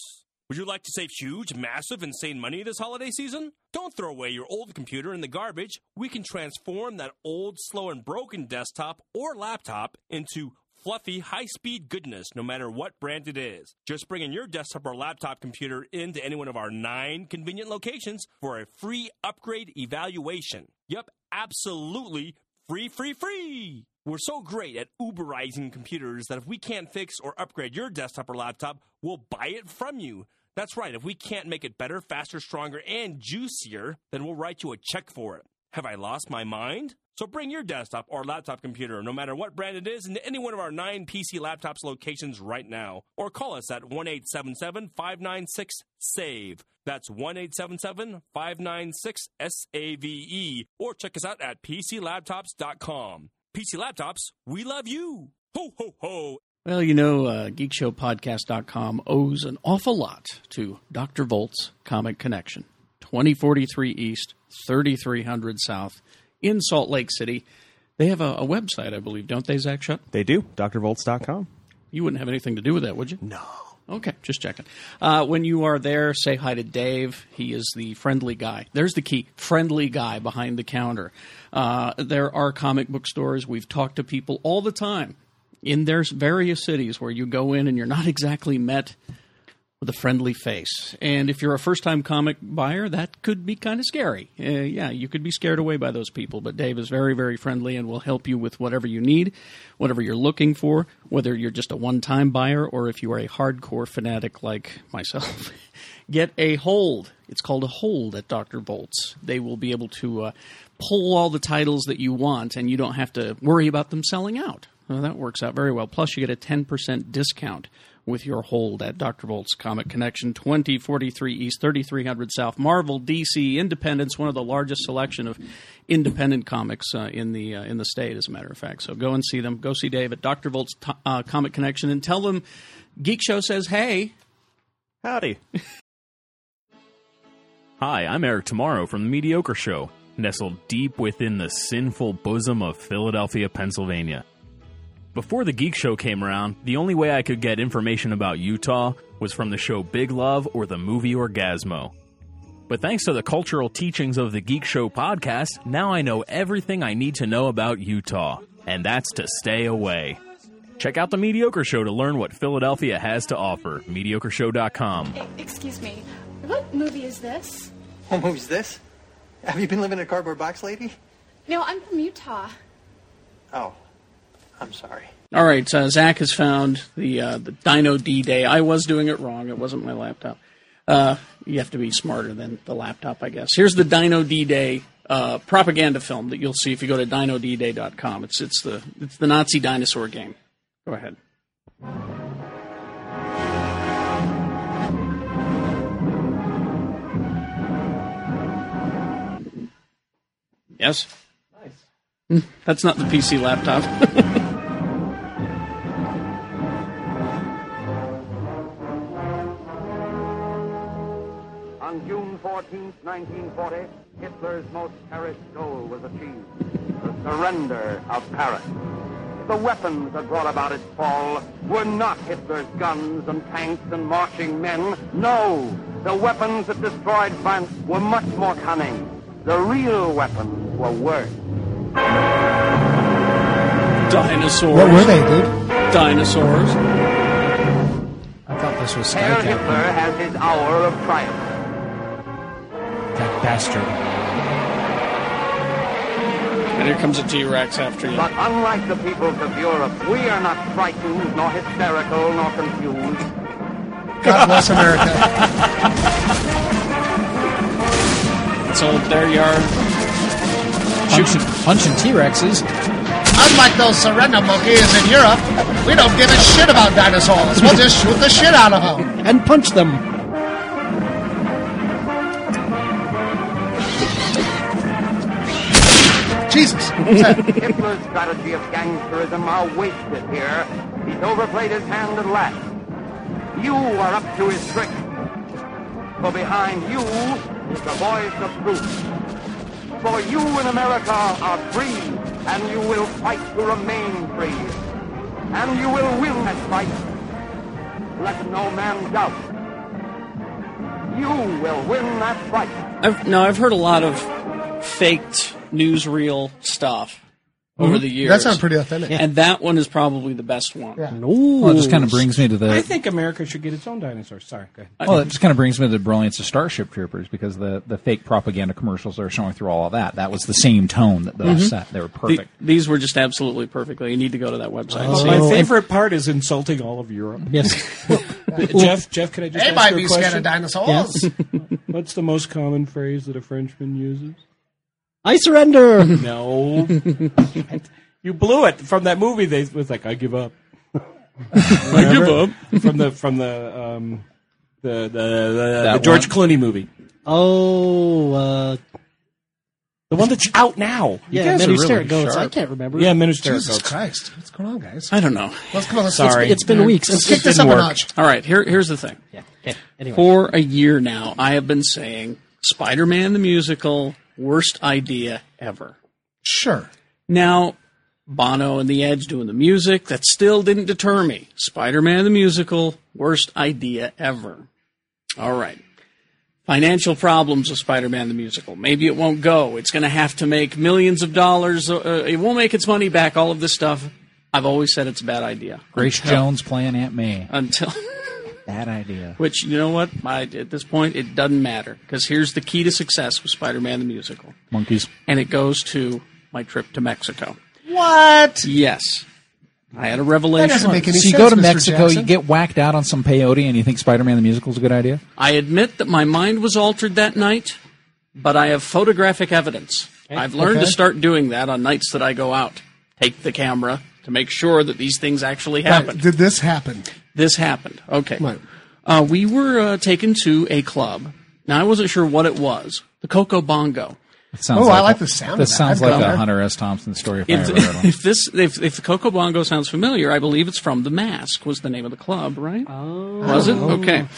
Would you like to save huge, massive, insane money this holiday season? Don't throw away your old computer in the garbage. We can transform that old, slow, and broken desktop or laptop into fluffy, high speed goodness, no matter what brand it is. Just bring in your desktop or laptop computer into any one of our nine convenient locations for a free upgrade evaluation. Yep, absolutely free, free, free! We're so great at Uberizing computers that if we can't fix or upgrade your desktop or laptop, we'll buy it from you. That's right, if we can't make it better, faster, stronger, and juicier, then we'll write you a check for it. Have I lost my mind? So bring your desktop or laptop computer, no matter what brand it is, into any one of our nine PC laptops locations right now. Or call us at 1 877 596 SAVE. E. That's 1 877 596 SAVE. E. Or check us out at PCLaptops.com. PC Laptops, we love you! Ho, ho, ho! Well, you know, uh, geekshowpodcast.com owes an awful lot to Dr. Volt's Comic Connection. 2043 East, 3300 South in Salt Lake City. They have a, a website, I believe, don't they, Zach Shutt? They do. drvolts.com. You wouldn't have anything to do with that, would you? No. Okay, just checking. Uh, when you are there, say hi to Dave. He is the friendly guy. There's the key friendly guy behind the counter. Uh, there are comic book stores. We've talked to people all the time in their various cities where you go in and you're not exactly met with a friendly face. And if you're a first time comic buyer, that could be kind of scary. Uh, yeah, you could be scared away by those people, but Dave is very, very friendly and will help you with whatever you need, whatever you're looking for, whether you're just a one time buyer or if you are a hardcore fanatic like myself. Get a hold. It's called a hold at Dr. Bolt's. They will be able to uh, pull all the titles that you want, and you don't have to worry about them selling out. Well, that works out very well. Plus, you get a 10% discount with your hold at Dr. Volt's Comic Connection, 2043 East, 3300 South, Marvel, DC, Independence, one of the largest selection of independent comics uh, in the uh, in the state, as a matter of fact. So go and see them. Go see Dave at Dr. Volt's to- uh, Comic Connection and tell them Geek Show says hey. Howdy. Hi, I'm Eric Tomorrow from The Mediocre Show, nestled deep within the sinful bosom of Philadelphia, Pennsylvania. Before the Geek Show came around, the only way I could get information about Utah was from the show Big Love or the movie Orgasmo. But thanks to the cultural teachings of the Geek Show podcast, now I know everything I need to know about Utah, and that's to stay away. Check out the Mediocre Show to learn what Philadelphia has to offer. MediocreShow.com. Excuse me, what movie is this? What movie's this? Have you been living in a cardboard box, lady? No, I'm from Utah. Oh, I'm sorry. All right, uh, Zach has found the uh, the Dino D Day. I was doing it wrong. It wasn't my laptop. Uh, you have to be smarter than the laptop, I guess. Here's the Dino D Day uh, propaganda film that you'll see if you go to dinodday.com. It's it's the it's the Nazi dinosaur game. Go ahead. Yes. Nice. That's not the PC laptop. On June 14, 1940, Hitler's most cherished goal was achieved the surrender of Paris. The weapons that brought about its fall were not Hitler's guns and tanks and marching men. No, the weapons that destroyed France were much more cunning. The real weapons were worse. Dinosaurs. What were they, dude? Dinosaurs. I thought this was Herr Skycap. Hitler has his hour of triumph. That bastard. And here comes a T Rex after you. But unlike the peoples of Europe, we are not frightened, nor hysterical, nor confused. God bless America. It's all their yard. Punching, punching T Rexes. Unlike those surrender monkeys in Europe, we don't give a shit about dinosaurs. We'll just shoot the shit out of them. and punch them. Jesus. Hitler's strategy of gangsterism are wasted here. He's overplayed his hand at last. You are up to his trick. For behind you is the voice of truth. For you in America are free, and you will fight to remain free. And you will win that fight. Let no man doubt. You will win that fight. I've, no, I've heard a lot of faked newsreel stuff over Mhm. the years. That sounds pretty authentic. And that one is probably the best one. Well, it just kind of brings me to the. I think America should get its own dinosaur. Sorry, go ahead. Well, it just kind of brings me to the brilliance of Starship Troopers because the, the fake propaganda commercials are showing through all of that. That was the same tone that those Mhm. set. They were The- perfect. these were just absolutely perfect. You need to go to that Oh, website. But my favorite part is insulting all of Europe. Yes. Jeff, Jeff, can I just They ask might you a be scared question? of dinosaurs. What's the most common phrase that a Frenchman uses? I surrender. No. you blew it from that movie. They was like, I give up. I give up. from the from the um, the the, the, the That George one. Clooney movie. Oh, uh, The one that's out now. You Yeah, guys are Men Who really Stare at Goats. sharp. I can't remember. Yeah, Men Who Stare at Jesus Goats. Christ, what's going on, guys? I don't know. Let's come on. Let's, Sorry. Let's, Yeah. Let's kick this up a notch. All right, here, here's the thing. anyway. For a year now, I have been saying Spider Man the musical, worst idea ever. Sure. Now, Bono and the Edge doing the music, that still didn't deter me. Spider Man the musical, worst idea ever. All right. Financial problems with Spider Man the musical. Maybe it won't go. It's going to have to make millions of dollars. Uh, it won't make its money back, all of this stuff. I've always said it's a bad idea. Grace Until- Jones playing Aunt May. Until. Bad idea. Which you know what? I, at this point, it doesn't matter because here's the key to success with Spider-Man the musical, Monkeys. and it goes to my trip to Mexico. What? Yes, I had a revelation. so you go to Mexico, you get whacked out on some peyote, and you think Spider Man the musical is a good idea? I admit that my mind was altered that night, but I have photographic evidence. I've learned Okay. to start doing that on nights that I go out. Take the camera to make sure that these things actually happen. Right, Did this happen? This happened. Okay. Uh, we were uh, taken to a club. Now, I wasn't sure what it was. The Coco Bongo. It sounds a- This sounds like a Hunter S. Thompson story if, I ever read If, one. if this, if, if the Coco Bongo sounds familiar, I believe it's from The Mask was the name of the club, right? Oh. Was it? Oh. Okay.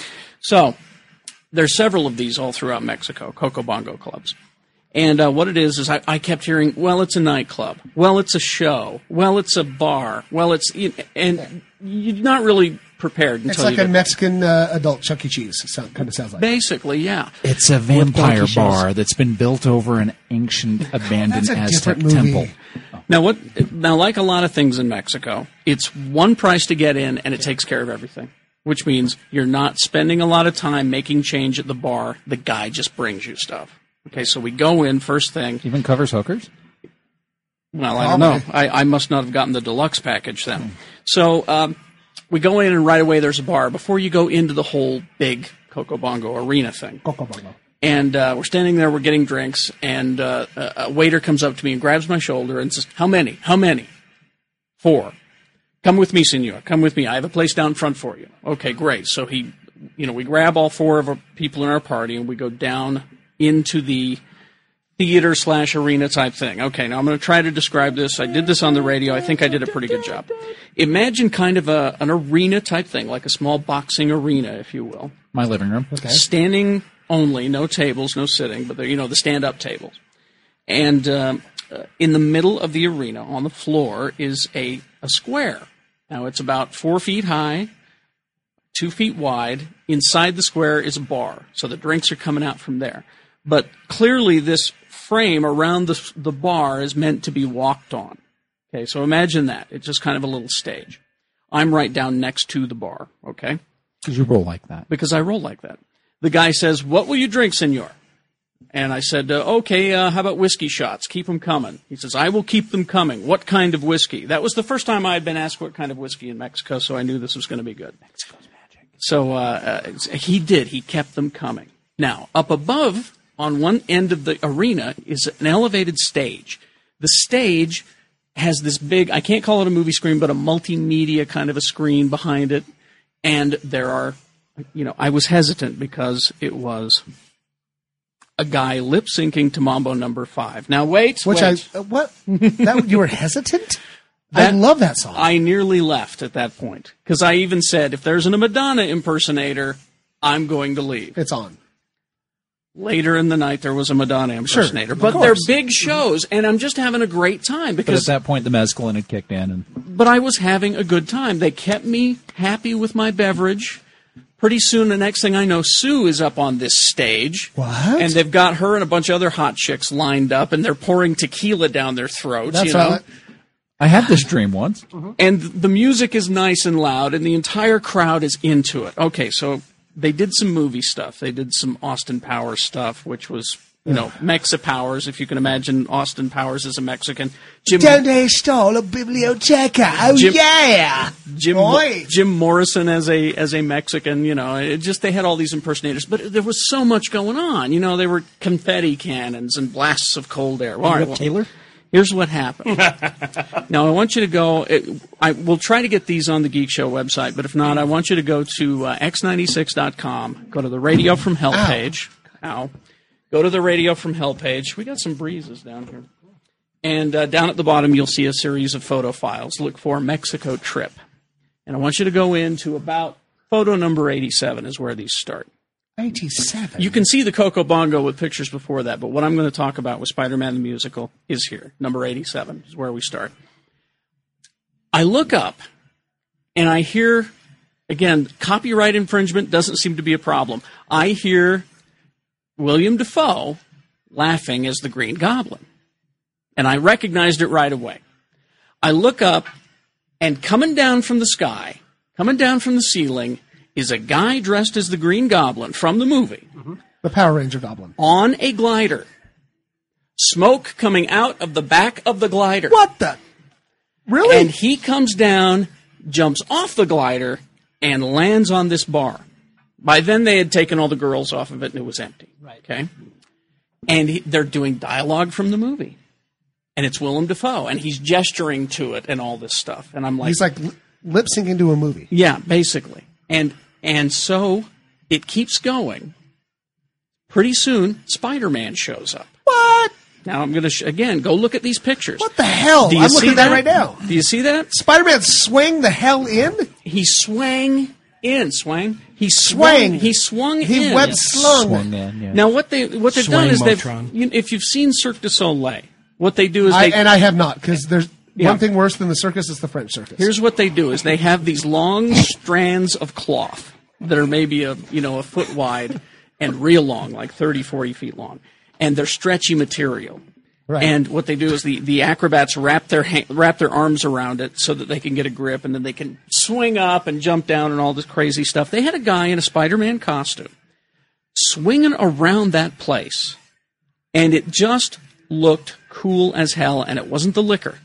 So there's several of these all throughout Mexico, Coco Bongo clubs. And uh, what it is is I, I kept hearing, well, it's a nightclub. Well, it's a show. Well, it's a bar. Well, it's and you're not really prepared until It's like you a get Mexican uh, adult Chuck E. Cheese. It sound, kind of sounds like. Basically, yeah. It's a donkey vampire shows. bar that's been built over an ancient abandoned That's a Aztec different movie. temple. Now what? Now, like a lot of things in Mexico, it's one price to get in, and it takes care of everything. Which means you're not spending a lot of time making change at the bar. The guy just brings you stuff. Okay, so we go in first thing. Even covers hookers. Well, I don't know. I, I must not have gotten the deluxe package then. So um, we go in, and right away there's a bar before you go into the whole big Coco Bongo arena thing. Coco Bongo. And uh, we're standing there, we're getting drinks, and uh, a a waiter comes up to me and grabs my shoulder and says, How many? How many? Four. Come with me, senor. Come with me. I have a place down front for you. Okay, great. So he, you know, we grab all four of our people in our party and we go down into the theater slash arena type thing. Okay, now I'm going to try to describe this. I did this on the radio. I think I did a pretty good job. Imagine kind of a, an arena type thing, like a small boxing arena, if you will My living room. standing only, no tables, no sitting, but they're, you know the stand-up tables. And um, uh, in the middle of the arena, on the floor, is a, a square. Now it's about four feet high, two feet wide. Inside the square is a bar, so the drinks are coming out from there. But clearly, this frame around the the bar is meant to be walked on. Okay, so imagine that. It's just kind of a little stage. I'm right down next to the bar. Okay. Because you roll like that. Because I roll like that. The guy says, What will you drink, senor? And I said, uh, Okay, uh, how about whiskey shots? Keep them coming. He says, I will keep them coming. What kind of whiskey? That was the first time I had been asked what kind of whiskey in Mexico, so I knew this was going to be good. Mexico's magic. So uh, uh, he did. He kept them coming. Now, up above, on one end of the arena, is an elevated stage. The stage has this big, I can't call it a movie screen, but a multimedia kind of a screen behind it. And there are you know, I was hesitant because it was a guy lip syncing to Mambo Number Five. Now wait, Which I wait. uh, what that you were hesitant. That- I love that song. I nearly left at that point because I even said, if there's a Madonna impersonator, I'm going to leave. It's on. Later in the night, there was a Madonna Sure, impersonator, of but they're course. big shows, and I'm just having a great time But at because that point, the mezcaline had kicked in, and but I was having a good time. They kept me happy with my beverage. Pretty soon, the next thing I know, Sue is up on this stage. What? And they've got her and a bunch of other hot chicks lined up, and they're pouring tequila down their throats. That's you know, right. I had this dream once. and the music is nice and loud, and the entire crowd is into it. Okay, so they did some movie stuff. They did some Austin Powers stuff, which was you know Mexa Powers, if you can imagine Austin Powers as a Mexican. Jim they stole a biblioteca? Oh Jim- yeah, Jim Boy. Jim Morrison as a as a Mexican, you know, it just they had all these impersonators, but there was so much going on. You know, there were confetti cannons and blasts of cold air. All right, Rip well, Taylor? Here's what happened. now I want you to go. It, I will try to get these on the Geek Show website, but if not, I want you to go to uh, x96.com. Go to the Radio from Hell Ow. page. Ow. Go to the Radio from Hell page. We got some breezes down here. And uh, down at the bottom, you'll see a series of photo files. Look for Mexico trip. And I want you to go into about photo number 87 is where these start. 87. You can see the Coco Bongo with pictures before that, but what I'm going to talk about with Spider Man the Musical is here. Number 87 is where we start. I look up and I hear, again, copyright infringement doesn't seem to be a problem. I hear William Defoe laughing as the Green Goblin. And I recognized it right away. I look up and coming down from the sky, coming down from the ceiling, is a guy dressed as the Green Goblin from the movie The Power Ranger Goblin. on a glider. Smoke coming out of the back of the glider. What the? Really? And he comes down, jumps off the glider, and lands on this bar. By then, they had taken all the girls off of it and it was empty. Right. Okay? And he, they're doing dialogue from the movie. And it's Willem Dafoe, and he's gesturing to it and all this stuff. And I'm like, He's like li- lip syncing to a movie. yeah, basically. And and so it keeps going. Pretty soon, Spider-Man shows up. What? Now I'm going to sh- again go look at these pictures. What the hell? I'm looking at that right now. Do you see that? Spider-Man swang the hell in. He swang in, swang. He swung. Swang. He swung He in. web slung. Swung in, yeah. Now what they what they've Swang done is Motron. they've you, if you've seen Cirque du Soleil, what they do is I, they and I have not because there's Yeah. one thing worse than the circus is the French circus. Here's what they do: is they have these long strands of cloth that are maybe a you know a foot wide and real long, like 30, 40 feet long, and they're stretchy material. Right. And what they do is the, the acrobats wrap their ha- wrap their arms around it so that they can get a grip, and then they can swing up and jump down and all this crazy stuff. They had a guy in a Spider-Man costume swinging around that place, and it just looked cool as hell. And it wasn't the liquor,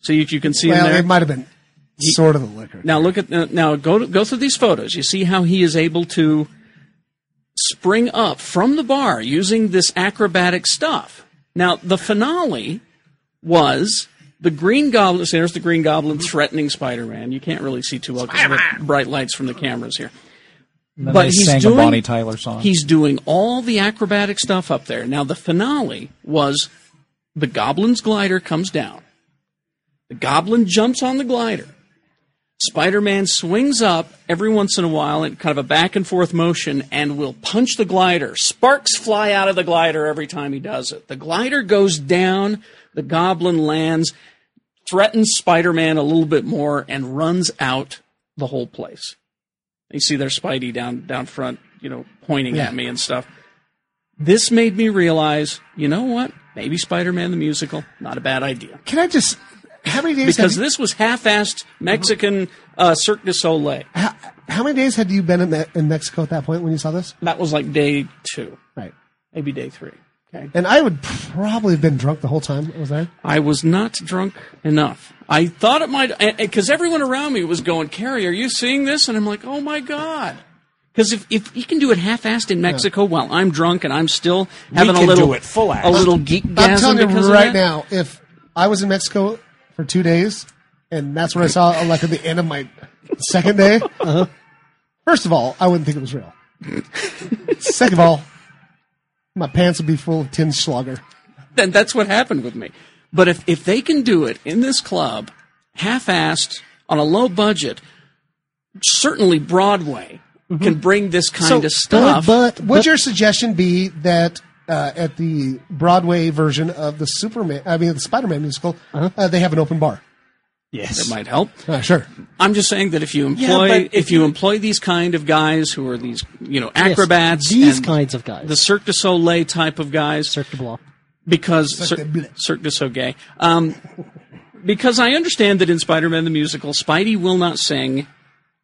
so you, you can see in well, there. it might have been sort of the liquor. Now look at now go to, go through these photos. You see how he is able to spring up from the bar using this acrobatic stuff. Now the finale was the Green Goblin. so There's the Green Goblin threatening Spider-Man. You can't really see too well because of the bright lights from the cameras here. And then But they he's sang doing- a Bonnie Tyler song. He's doing all the acrobatic stuff up there. Now, the finale was the goblin's glider comes down. The goblin jumps on the glider. Spider Man swings up every once in a while in kind of a back and forth motion and will punch the glider. Sparks fly out of the glider every time he does it. The glider goes down, the goblin lands, threatens Spider Man a little bit more, and runs out the whole place. You see their Spidey down down front, you know, pointing Yeah. at me and stuff. This made me realize, you know what? Maybe Spider-Man the musical, not a bad idea. Can I just? How many days? Because have you- this was half-assed Mexican uh, Cirque du Soleil. how many days had you been in, Me- in Mexico at that point when you saw this? That was like day two, right? Maybe day three. Okay. And I would probably have been drunk the whole time I was there. I was not drunk enough. I thought it might, because everyone around me was going, Carrie, are you seeing this? And I'm like, oh my God. Because if, if you can do it half-assed in Mexico while I'm drunk and I'm still having a can little do it full a assed. little geek I'm telling you because of right that. now, if I was in Mexico for two days, and that's what I saw, like at the end of my second day. First of all, I wouldn't think it was real. Second of all, my pants would be full of tin schlager. then that's what happened with me. But if, if they can do it in this club, half assed, on a low budget, certainly Broadway can bring this kind of stuff. Mm-hmm. But, but would your suggestion be that uh, at the Broadway version of the Superman, I mean the Spider-Man musical, uh they have an open bar? yes. It might help. Uh, sure. I'm just saying that if you Yeah, employ but if, you, employ these kind of guys who are these you know Yes, acrobats, these and kinds of guys. the Cirque du Soleil type of guys, Cirque du Soleil, because Cirque, Cirque du Soleil, um, because I understand that in Spider-Man the musical, Spidey will not sing;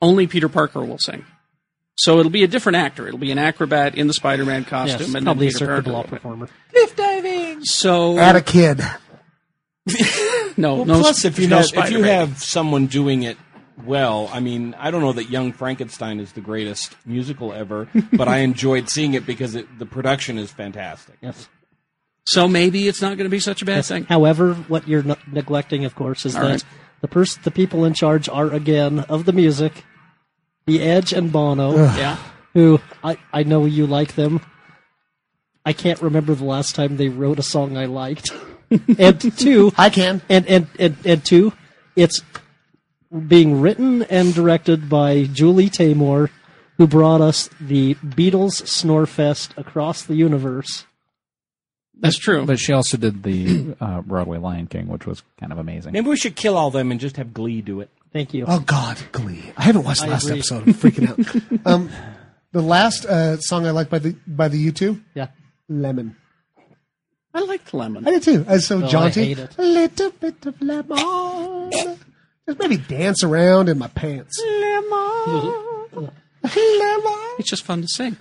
only Peter Parker will sing. So it'll be a different actor. It'll be an acrobat in the Spider-Man costume, Yes, and then probably a Peter Cirque Parker du Law will- performer. Cliff diving. So Add a kid. no, Well, no. plus, if you no have, if Spider-Man. you have someone doing it well, I mean, I don't know that Young Frankenstein is the greatest musical ever, but I enjoyed seeing it because it, the production is fantastic. Yes. so maybe it's not going to be such a bad Yes. thing. However, what you're n- neglecting, of course, is All that right. the pers- the people in charge are again of the music, the Edge and Bono. Ugh. Yeah. Who I I know you like them. I can't remember the last time they wrote a song I liked. and two, I can. And and and and two, it's being written and directed by Julie Taymor, who brought us the Beatles Snorefest across the universe. That's true. But she also did the uh, Broadway Lion King, which was kind of amazing. Maybe we should kill all them and just have Glee do it. Thank you. Oh God, Glee! I haven't watched the I last agree. episode. I'm freaking out. um, the last uh, song I liked by the by the U two. Yeah. Lemon. I liked lemon. I did too. I was so Oh, I jaunty. hate it. A little bit of lemon. Just maybe dance around in my pants. Lemon. lemon. It's just fun to sing.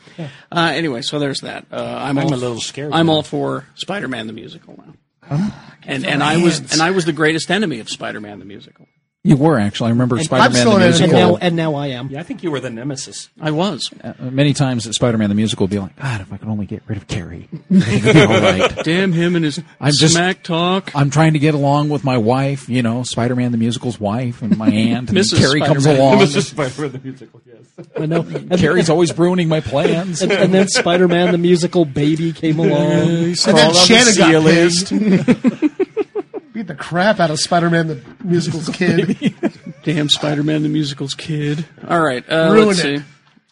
Uh, anyway, so there's that. Uh, I'm, I'm all, a little scared I'm now. all for Spider-Man the musical now. and and I was and I was the greatest enemy of Spider-Man the musical. You were actually. I remember And Spider-Man I'm the still in it. musical. And now, and now I am. Yeah, I think you were the nemesis. I was. Uh, many times at Spider-Man the musical would be like, God, if I could only get rid of Carrie, everything would be all right. Damn him and his I'm just- smack talk. I'm trying to get along with my wife, you know, Spider-Man the musical's wife and my aunt, and Mrs. Carrie comes Spider-Man. along. Just by the musical, yes. I know. And, Carrie's always ruining my plans. and, and then Spider-Man the musical baby came along. And then Shannon got CLAs. pissed. Beat the crap out of Spider Man the musical's kid. Damn Spider-Man the musical's kid. All right, uh, Ruin let's it.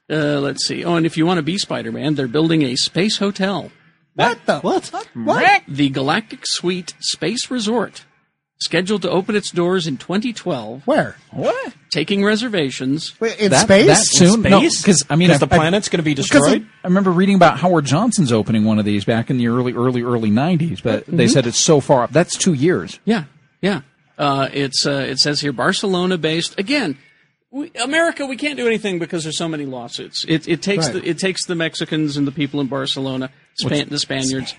see. Uh, let's see. Oh, and if you want to be Spider-Man, they're building a space hotel. What the what? What? The Galactic Suite Space Resort, scheduled to open its doors in 2012, Where? what? taking reservations. Wait, In That, space? that soon? No, Space? because I mean, I, Because the planet's going to be Because I, destroyed. I remember reading about Howard Johnson's opening one of these back in the early, early, early '90s, but Mm-hmm. they said it's so far up. That's two years. Yeah, yeah. Uh, it's uh, it says here Barcelona based again. We, America, we can't do anything because there's so many lawsuits. It, it takes Right. the, it takes the Mexicans and the people in Barcelona, Span- the Spaniards.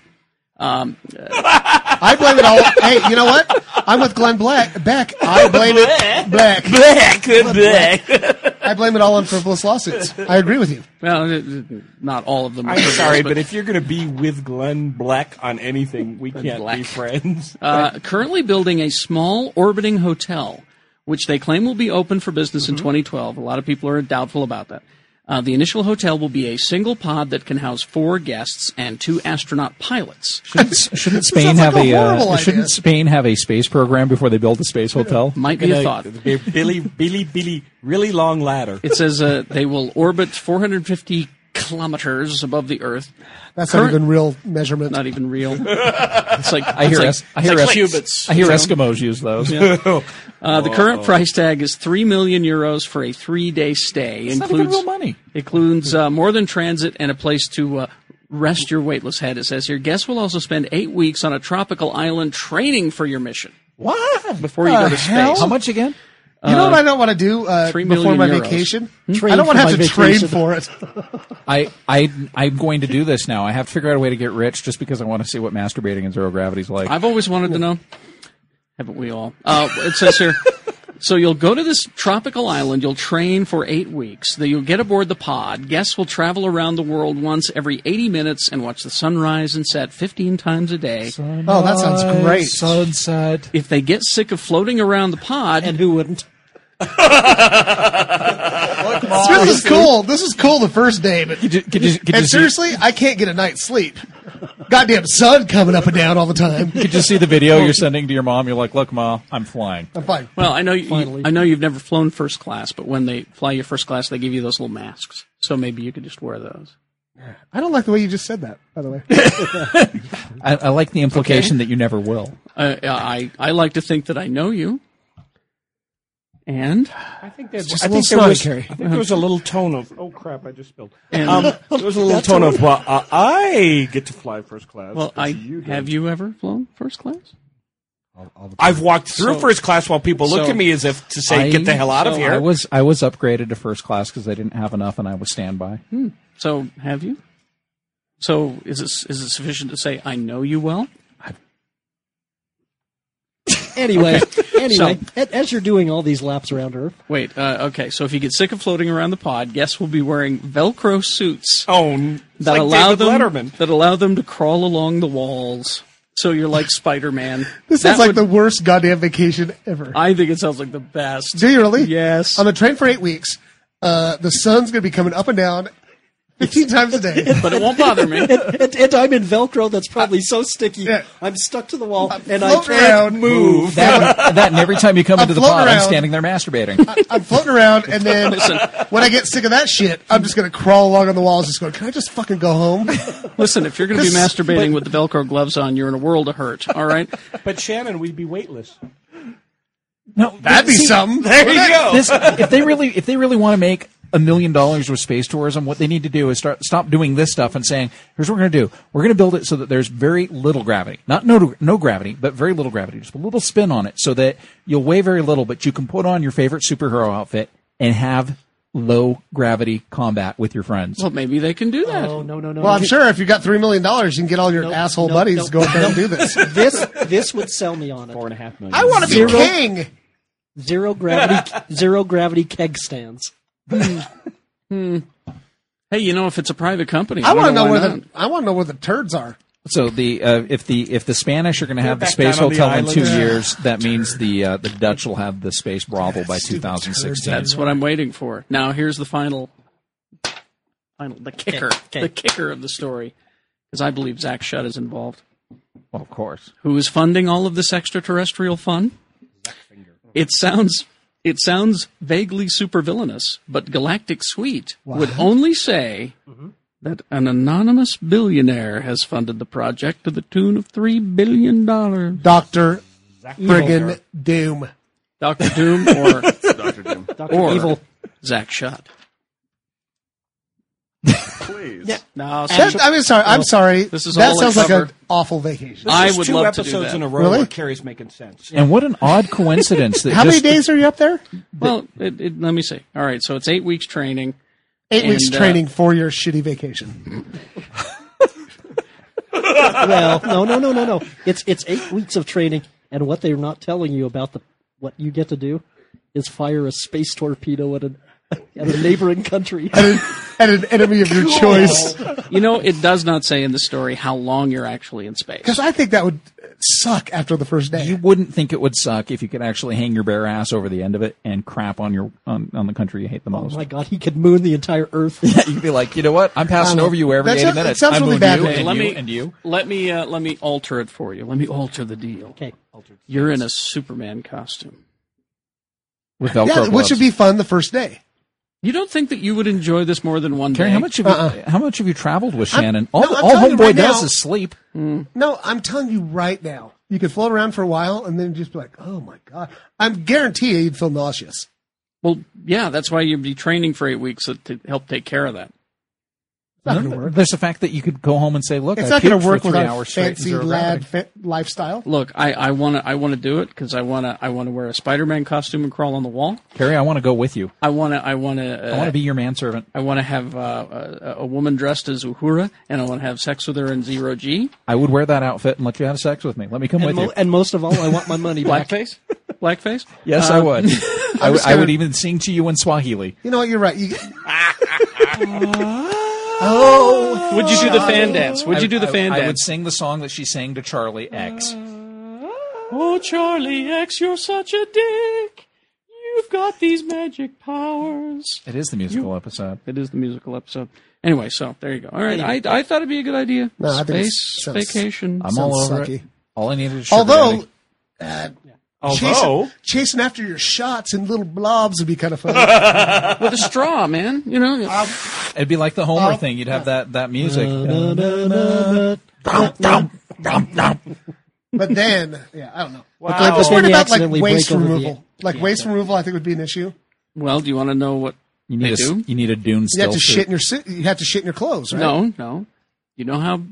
Um, I blame it all. hey, you know what? I'm with Glenn Black. Beck. I blame it. Black. Black, black. I blame it all on frivolous lawsuits. I agree with you. well, it- it- not all of them. are I'm frivolous, sorry, but if you're going to be with Glenn Black on anything, we can't Black. be friends. uh, currently building a small orbiting hotel, which they claim will be open for business Mm-hmm. in 2012. A lot of people are doubtful about that. Uh, the initial hotel will be a single pod that can house four guests and two astronaut pilots. Shouldn't, shouldn't Spain sounds have like a a, horrible uh, idea. shouldn't Spain have a space program before they build a space hotel? Might be a thought. Billy, Billy, Billy, really long ladder. It says uh, they will orbit 450 kilometers above the Earth. That's Current- not even real measurement. Not even real. It's like I hear it's es- like, I hear, it's like es- cubits. I hear you know? Eskimos use those. Uh, the current price tag is three million euros for a three-day stay. It's not even real money. Includes uh, more than transit and a place to uh, rest your weightless head. It says here, guests will also spend eight weeks on a tropical island training for your mission. What? Before you go The to hell? space. How much again? You know what I don't want to do uh, three before million my euros. vacation? Train I don't want for to have my to train vacation. for it. I, I, I'm going to do this now. I have to figure out a way to get rich just because I want to see what masturbating in zero gravity is like. I've always wanted to know. Haven't we all? Uh, it says here. So you'll go to this tropical island. You'll train for eight weeks. Then you'll get aboard the pod. Guests will travel around the world once every 80 minutes and watch the sunrise and set 15 times a day. Oh, that sounds great. Sunset. If they get sick of floating around the pod, And who wouldn't? This is cool. This is cool the first day, but Could you, could you, could you and see- seriously, I can't get a night's sleep. Goddamn sun coming up and down all the time. could you see the video you're sending to your mom? You're like, look, ma, I'm flying. I'm fine. well, I know you, Finally. I know you've never flown first class, but when they fly you first class, they give you those little masks. So maybe you could just wear those. I don't like the way you just said that. By the way, I, I like the implication that you never will. Uh, I I like to think that I know you. And I think that just I a little think there snotty, was, Carrie. I think there was a little tone of oh crap, I just spilled. And- um, there was a little tone of well, I I get to fly first class. well, I You don't. have you ever flown first class? I've walked through So- first class while people look so at me as if to say, I- "Get the hell out of so here." I was I was upgraded to first class because they didn't have enough, and I was standby. hmm, So have you? So is it is it sufficient to say I know you well? Anyway, Okay. anyway, a- as you're doing all these laps around Earth, Wait, uh, okay. So if you get sick of floating around the pod, guests will be wearing Velcro suits. Oh, that like allow David them Letterman. that allow them to crawl along the walls. So you're like Spider Man. This sounds like the worst goddamn vacation ever. I think it sounds like the best. Do you really? Yes. On the train for eight weeks, uh, the sun's going to be coming up and down 15 times a day. But it won't bother me. and, and- and I'm in Velcro that's probably so sticky, I'm stuck to the wall and I floating can't around. move. That, that and every time you come I'm into the floating pod, I'm around. standing there masturbating. I'm floating around, and then when I get sick of that shit, I'm just going to crawl along on the walls, just going, "Can I just fucking go home?" Listen, if you're going to be This- masturbating with the Velcro gloves on, you're in a world of hurt. All right. but Shannon, we'd be weightless. No, That'd be see, something. There you go. This, if they really, if they really want to make a million dollars with space tourism, what they need to do is start stop doing this stuff and saying, "Here's what we're going to do. We're going to build it so that there's very little gravity, not no no gravity, but very little gravity, just a little spin on it, so that you'll weigh very little, but you can put on your favorite superhero outfit and have low gravity combat with your friends." Well, maybe they can do that. Oh no no no! Well, I'm sure if you got three million dollars, you can get all your asshole nope, buddies nope, to go up there and do nope. this. this this would sell me on it. Four and a half million. I want to be Zero- king. Zero gravity, zero gravity keg stands. Hmm. Hey, you know, if it's a private company, I want to know why where not. the I want to know where the turds are. So the uh, if the if the Spanish are going to have the back space down on the hotel in island. two Yeah. years, that means the uh, the Dutch will have the space brothel by 2016. That's what I'm waiting for. Now here's the final, final the kicker, Okay. the kicker of the story, because I believe Zach Shutt is involved. Well, of course. Who is funding all of this extraterrestrial fun? It sounds it sounds vaguely supervillainous, but Galactic Suite would What? only say Mm-hmm. that an anonymous billionaire has funded the project to the tune of three billion dollars. Doctor Friggin' Friggin' Doom. Doctor Doom or Dr. Doom. Dr. or Evil. Zach Shot. Please. Yeah. No, That, I mean, sorry. I'm No. sorry. This is that all sounds a like an cover. awful vacation. This is two episodes in a row Really? where Carrie's making sense. And what an odd coincidence that How just, many days are you up there? Well, it, it, let me see. All right, so it's eight weeks training. Eight and, weeks uh, training for your shitty vacation. well, no, no, no, no, no. It's it's eight weeks of training, and what they're not telling you about the what you get to do is fire a space torpedo at a at a neighboring country. at an enemy of your choice. you know, it does not say in the story how long you're actually in space. Because I think that would suck after the first day. you wouldn't think it would suck if you could actually hang your bare ass over the end of it and crap on your on, on the country you hate the Oh most. my god, he could moon the entire Earth. You'd be like, you know what? I'm passing Um, over you every that eight sounds- minutes. it sounds I really move bad. you Okay, and let you me and you. let me uh, let me alter it for you. Let me alter the deal. Okay, you're in a Superman costume. With yeah, which would be fun the first day. You don't think that you would enjoy this more than one Carrie, day? how much have you how much have you traveled with Uh-uh. I'm- Shannon? no, all I'm all telling you homeboy right does now- is sleep. No, I'm telling you right now. You could float around for a while and then just be like, oh my God. I'm guarantee you you'd feel nauseous. Well, yeah, that's why you'd be training for eight weeks to help take care of that. No, There's the fact that you could go home and say, "Look, it's I not going puked to for work three with our hours straight in fancy zero lad gravity." fa- lifestyle. Look, I, I want to I want to do it because I want to I want to wear a Spider-Man costume and crawl on the wall. Carrie, I want to go with you. I want to I want to uh, I want to be your manservant. I want to have uh, a, a woman dressed as Uhura, and I want to have sex with her in zero G. I would wear that outfit and let you have sex with me. Let me come and, with mo- you. and most of all, I want my money back. Blackface, blackface. Yes, I Um, would. I, would just I would gonna- even sing to you in Swahili. You know what? You're right. You, Oh, Would you do the fan dance? Would you do the fan I, would dance? Mm. sing the song that she sang to Charlie X. Oh, Charlie X, you're such a dick. You've got these magic powers. It is the musical episode. It is the musical episode. Anyway, so there you go. All right, I, I thought it'd be a good idea. No, I think Space it's- sounds- vacation. I'm all Sounds over sucky. it. All I needed. is sugar although, daddy. uh, although chasing, chasing after your shots in little blobs would be Um, kind of fun. with a straw, man. You know. it'd be like the Homer thing. You'd have that that music. but then, yeah, I don't know. Wow. But I'm just But then worried you about like accidentally waste break over the- removal. Like waste removal, I think would be an issue. Well, do you want to know what You need they a do? you need a Dune. You still have to suit. shit in your si- you have to shit in your clothes, right? No, no. You know how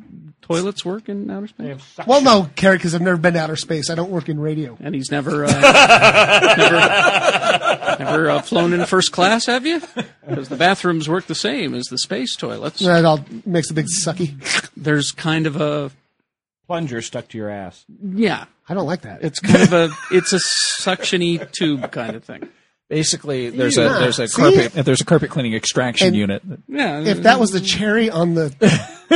toilets work in outer space? Well, no, Carrie, because I've never been to outer space. I don't work in radio. And he's never, uh, never, never uh, flown in first class, have you? Because the bathrooms work the same as the space toilets. That all makes a big sucky. There's kind of a plunger stuck to your ass. Yeah, I don't like that. It's kind of a it's a suctiony tube kind of thing. Basically, there's a Yeah. there's a See? carpet there's a carpet cleaning extraction And- unit. Yeah. If that was the cherry on the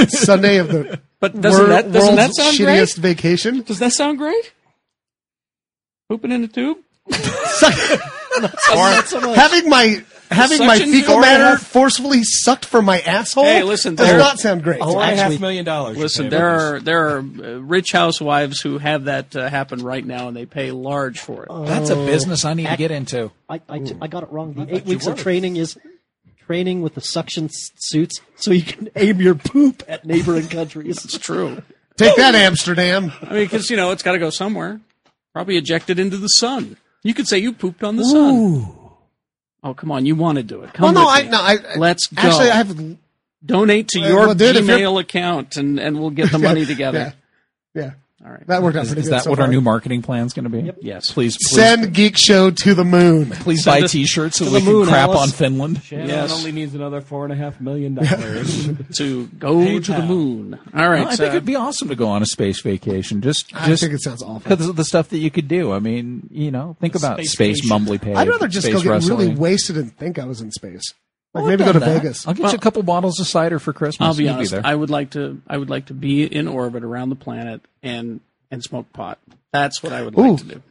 Sunday of the But doesn't that- doesn't that world's sound great? shittiest vacation, Does that sound great? Pooping in a tube. or having my having my Suction fecal tube? matter forcefully sucked from my asshole. Hey, listen, Oh, does there- not sound great. Four and a half million dollars. you Listen, pay there for are there are uh, rich housewives who have that uh, happen right now, and they pay large for it. Oh, That's a business I need to get into. I, I, t- I got it wrong. The thought eight you weeks of were. training is training with the suction s- suits so you can aim your poop at neighboring countries. It's true. Take that, Amsterdam. I mean, because you know it's got to go somewhere. Probably ejected into the sun. You could say you pooped on the sun. Oh come on, you want to do it? Come well, no, with I me. no, I I- Let's go. Actually, I have donate to Uh, your well, dude, if you're- Gmail account, and and we'll get the money together. yeah. All right. That worked out Is, pretty is good. that so what far. our new marketing plan is going to be? Yes. Please, please, Send Geek Show to the moon. please send buy us- T-shirts so to we the can moon, crap Alice. on Finland. Shannon Yes. only needs another four and a half million dollars. To go to the PayPal. moon. All No, right. I so- think it'd be awesome to go on a space vacation. Just, I just think it sounds awful. because of the stuff that you could do. I mean, you know, think about space space station. mumbly pay. I'd rather just space go get wrestling. really wasted and think I was in space. Like Well, maybe I've go to done that. Vegas. I'll get Well- you a couple bottles of cider for Christmas. I'll be You'll honest. there. I would like to. I would like to be in orbit around the planet and and smoke pot. That's what I would like Ooh. to do.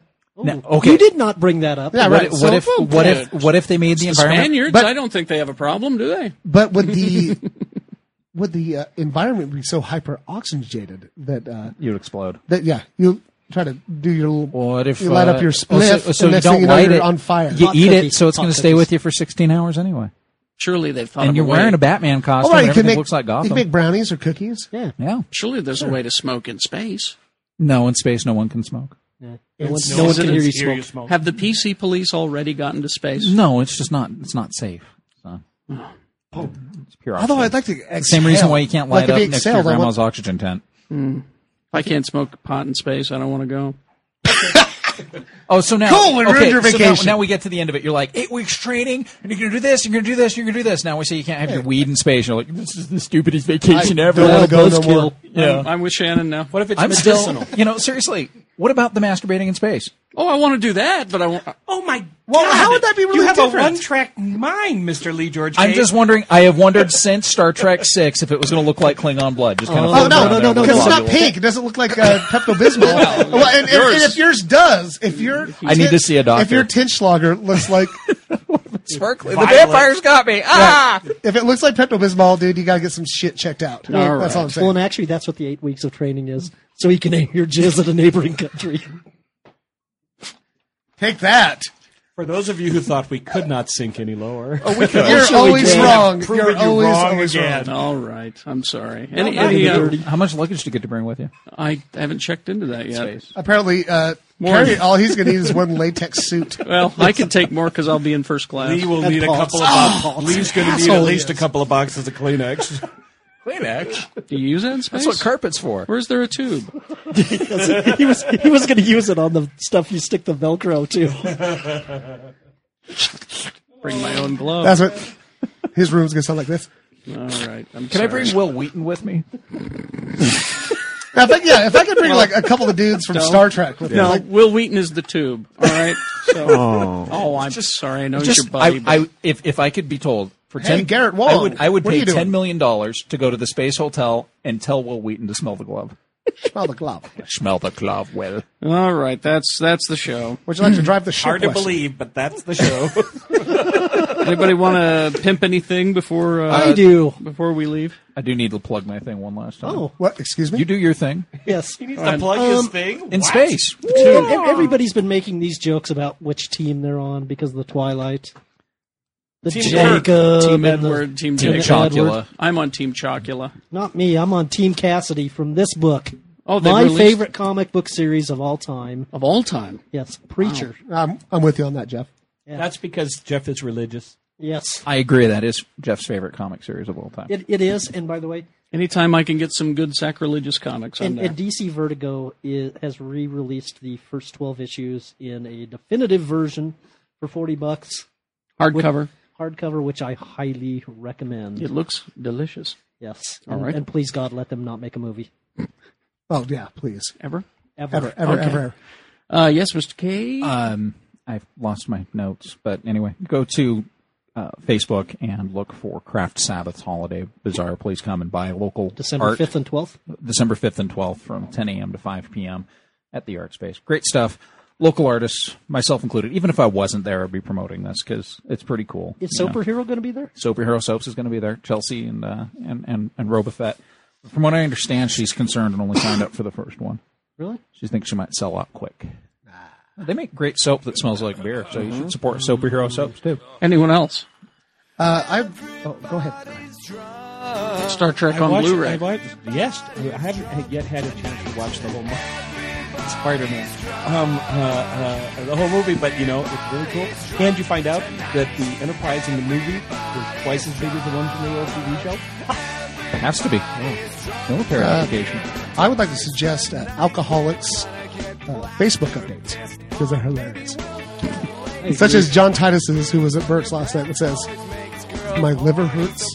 Now, okay. You did not bring that up. Yeah, what, right. What So- if? What if? What if they made the The environment? Spaniards. but- I don't think they have a problem, do they? But would the would the uh, environment be so hyper oxygenated that uh, You'd explode. that yeah you try to do your little What if you light uh, up your oh, spliff so, so and you next don't thing you know light you're it, on fire. You Hot eat cookies, it, so it's hot going to stay cookies. with you for 16 hours anyway. Surely they've thought. And of you're a wearing way. a Batman costume. All right, and Oh, you can everything make looks like you Gotham. can make brownies or cookies. Yeah. yeah. Surely there's a way to smoke in space. No, in space, no one can smoke. yeah. No, one, It's- no one Is it- can hear you is- smoke. Have the PC police already gotten to space? No, it's just not. It's not safe. So. It's pure Although oxygen. I'd like to exhale. Same reason why you can't Like, light if up you next to your exhaled, I want- grandma's oxygen tent. Hmm. If I can't smoke pot in space, I don't want to go. Oh, so now Cool, we ruined your so now- vacation. now, we get to the end of it. You're like eight weeks training, and you're gonna do this, you're gonna do this, you're gonna do this. Now we say you can't have your weed in space. You're like, this is the stupidest vacation I ever. don't wanna Well, go no buzzkill. more. Yeah, I'm, I'm with Shannon now. what if it's I'm medicinal? still, you know, seriously. What about the masturbating in space? Oh, I want to do that, but I won't. oh my Well, God. how would that be really You have different? a one-track mind, Mr. Lee George. I'm Case. just wondering. I have wondered since Star Trek Six if it was going to look like Klingon blood. Just kind of Oh floating no, around no, there no, no! with Because it's a not globule. pink. It doesn't look like uh, Pepto Bismol. well, and, and- and if yours does, if your I need to see a doctor. If your Tinschlager looks like Sparkly. The vampire's got me. Ah! if it looks like Pepto Bismol, dude, you gotta get some shit checked out. All That's all I'm saying. Well, and actually, that's what the eight weeks of training is. So you can aim your jizz at a neighboring country. Take that. For those of you who thought we could not sink any lower, Oh, You're always did. wrong. Proven You're you always wrong always again. wrong. All right, I'm sorry. Any, not any, in the uh, dirty. How much luggage do you get to bring with you? I haven't checked into that yet. Apparently, uh, More. Harry, all he's gonna need is one latex suit. Well, I can take more because I'll be in first class. Lee will need a Paul's- couple of. Ah, Bo- Lee's going to need at asshole he least a is. couple of boxes of Kleenex. Kleenex. Do you use that in That's space? what carpet's for. Where's there a tube? he was he was going to use it on the stuff you stick the Velcro to. Bring my own glove. That's what his room's gonna sound like this. All right. I'm Can I bring Will Wheaton with me? Now, if I, yeah, if I could bring like a couple of dudes from Star Trek with me, No, like, Will Wheaton is the tube. All right. So, oh. I'm sorry. I know it's your buddy. I, I, but if if I could be told for Hey, ten, Garrett I Wong, would I would what are pay you doing? ten million dollars to go to the space hotel and tell Will Wheaton to smell the glove. smell the glove. Smell the glove, Will. All right. That's that's the show. Would you like to drive the ship? Hard to west? believe, but that's the show. Anybody want to pimp anything before uh, I do. before we leave? I do need to plug my thing one last time. Oh What? Excuse me. you do your thing yes, um, he needs to plug his thing in What? space. Ev- everybody's been making these jokes about which team they're on because of the Twilight, the Team Jacob, Team and the- Edward, Team Team Jacob. Chocula. I'm on Team Chocula. Not me. I'm on Team Cassidy from this book. Oh, they my released- favorite comic book series of all time. Of all time. Yes, Preacher. I'm, I'm with you on that, Jeff. That's because Jeff is religious. Yes, I agree. That is Jeff's favorite comic series of all time. it, it is. And by the way, Anytime I can get some good sacrilegious comics, I'm And, there. and DC Vertigo is, has re-released the first twelve issues in a definitive version for forty bucks. Hardcover. Which- Hardcover, which I highly recommend. It looks delicious. Yes. All And, right. And please, God, let them not make a movie. Oh yeah, please. Ever? Ever. Ever. Ever. Okay. ever. Uh, yes, Mr. K. Um, I've lost my notes, but anyway, go to uh, Facebook and look for Craft Sabbath's Holiday Bazaar. Please come and buy local December art. 5th and 12th? December fifth and twelfth from ten a.m. to five p.m. at the Art Space. Great stuff. Local artists, myself included. Even if I wasn't there, I'd be promoting this because it's pretty cool. Is you know. Superhero going to be there? Superhero Soaps is going to be there. Chelsea and uh, and and and Robafett. From what I understand, she's concerned and only signed up for the first one. Really? She thinks she might sell out quick. Ah. They make great soap that smells like beer, so you should support superhero soaps too. Anyone else? Uh, I. Oh, go ahead. Star Trek I on watched- Blu-ray. I watched- yes, I haven't yet had a chance to watch the whole movie. Spider-Man. Um, uh, uh, the whole movie, but you know it's really cool. And you find out that the Enterprise in the movie was twice as big as the one from the old TV show. It has to be. Oh. Military Uh, application. I would like to suggest uh, alcoholics uh, Facebook updates because they're hilarious. Such as John Titus's, who was at Burke's last night, that says, "My liver hurts,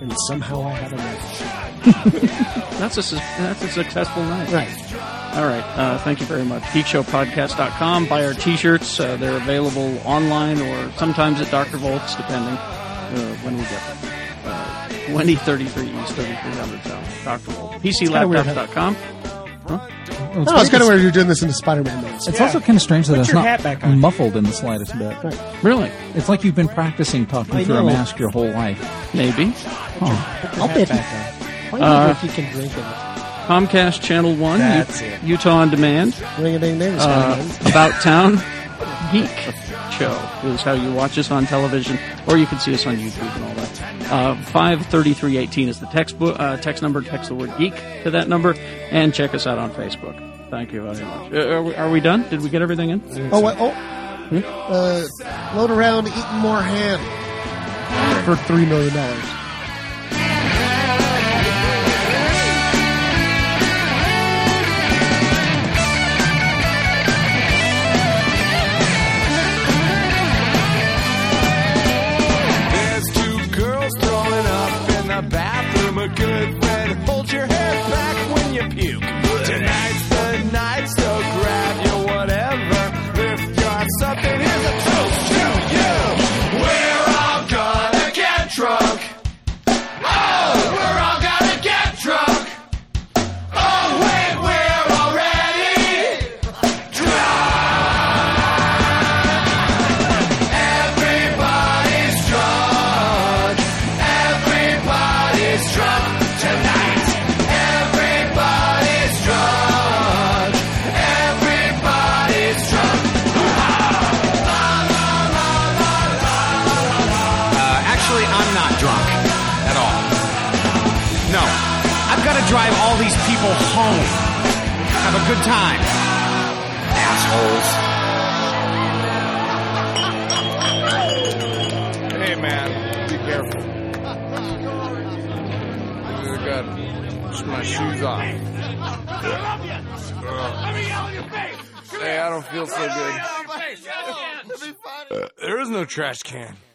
and somehow I had a That's a su- that's a successful night. Right. All right. Uh, thank you very much. GeekShowPodcast.com. Buy our T-shirts. Uh, they're available online or sometimes at Dr. Volts, depending uh, when we get them. Uh, 2033 East 3300 South. Dr. Volt. kinda weird how- PCLaptop.com. Oh, it's kind of weird you're doing this in a Spider-Man mask. It's also kind of strange that Put it's your not hat back on. muffled in the slightest bit. Really? It's like you've been practicing I talking through a know. mask your whole life. Maybe. I'll bet he- I wonder Uh, if you can drink it. Comcast Channel 1. That's it. Utah On Demand. Ring a ding ding. Uh, About Town Geek Show is how you watch us on television, or you can see us on YouTube and all that. Uh, 53318 is the text, bo- uh, text number. Text the word geek to that number, and check us out on Facebook. Thank you very much. Uh, are, we, are we done? Did we get everything in? Oh, what, oh, uh, load around eating more ham for three million dollars. There's two girls throwing up in the bathroom. A good friend, hold your head back when you puke. Tonight's the night, so grab your whatever. Lift your arms up and here's a toast to you. We're all gonna get drunk. Oh, we're all gonna get drunk. Oh, wait, we're already Everybody's drunk. Everybody's drunk tonight. Everybody's drunk. Everybody's drunk. Uh, actually, I'm not drunk at all. No. I've got to drive all these people home. Have a good time. Assholes. Hey man, be careful. I got to my shoes off. Hey, I don't feel so good. There is Uh, no trash can.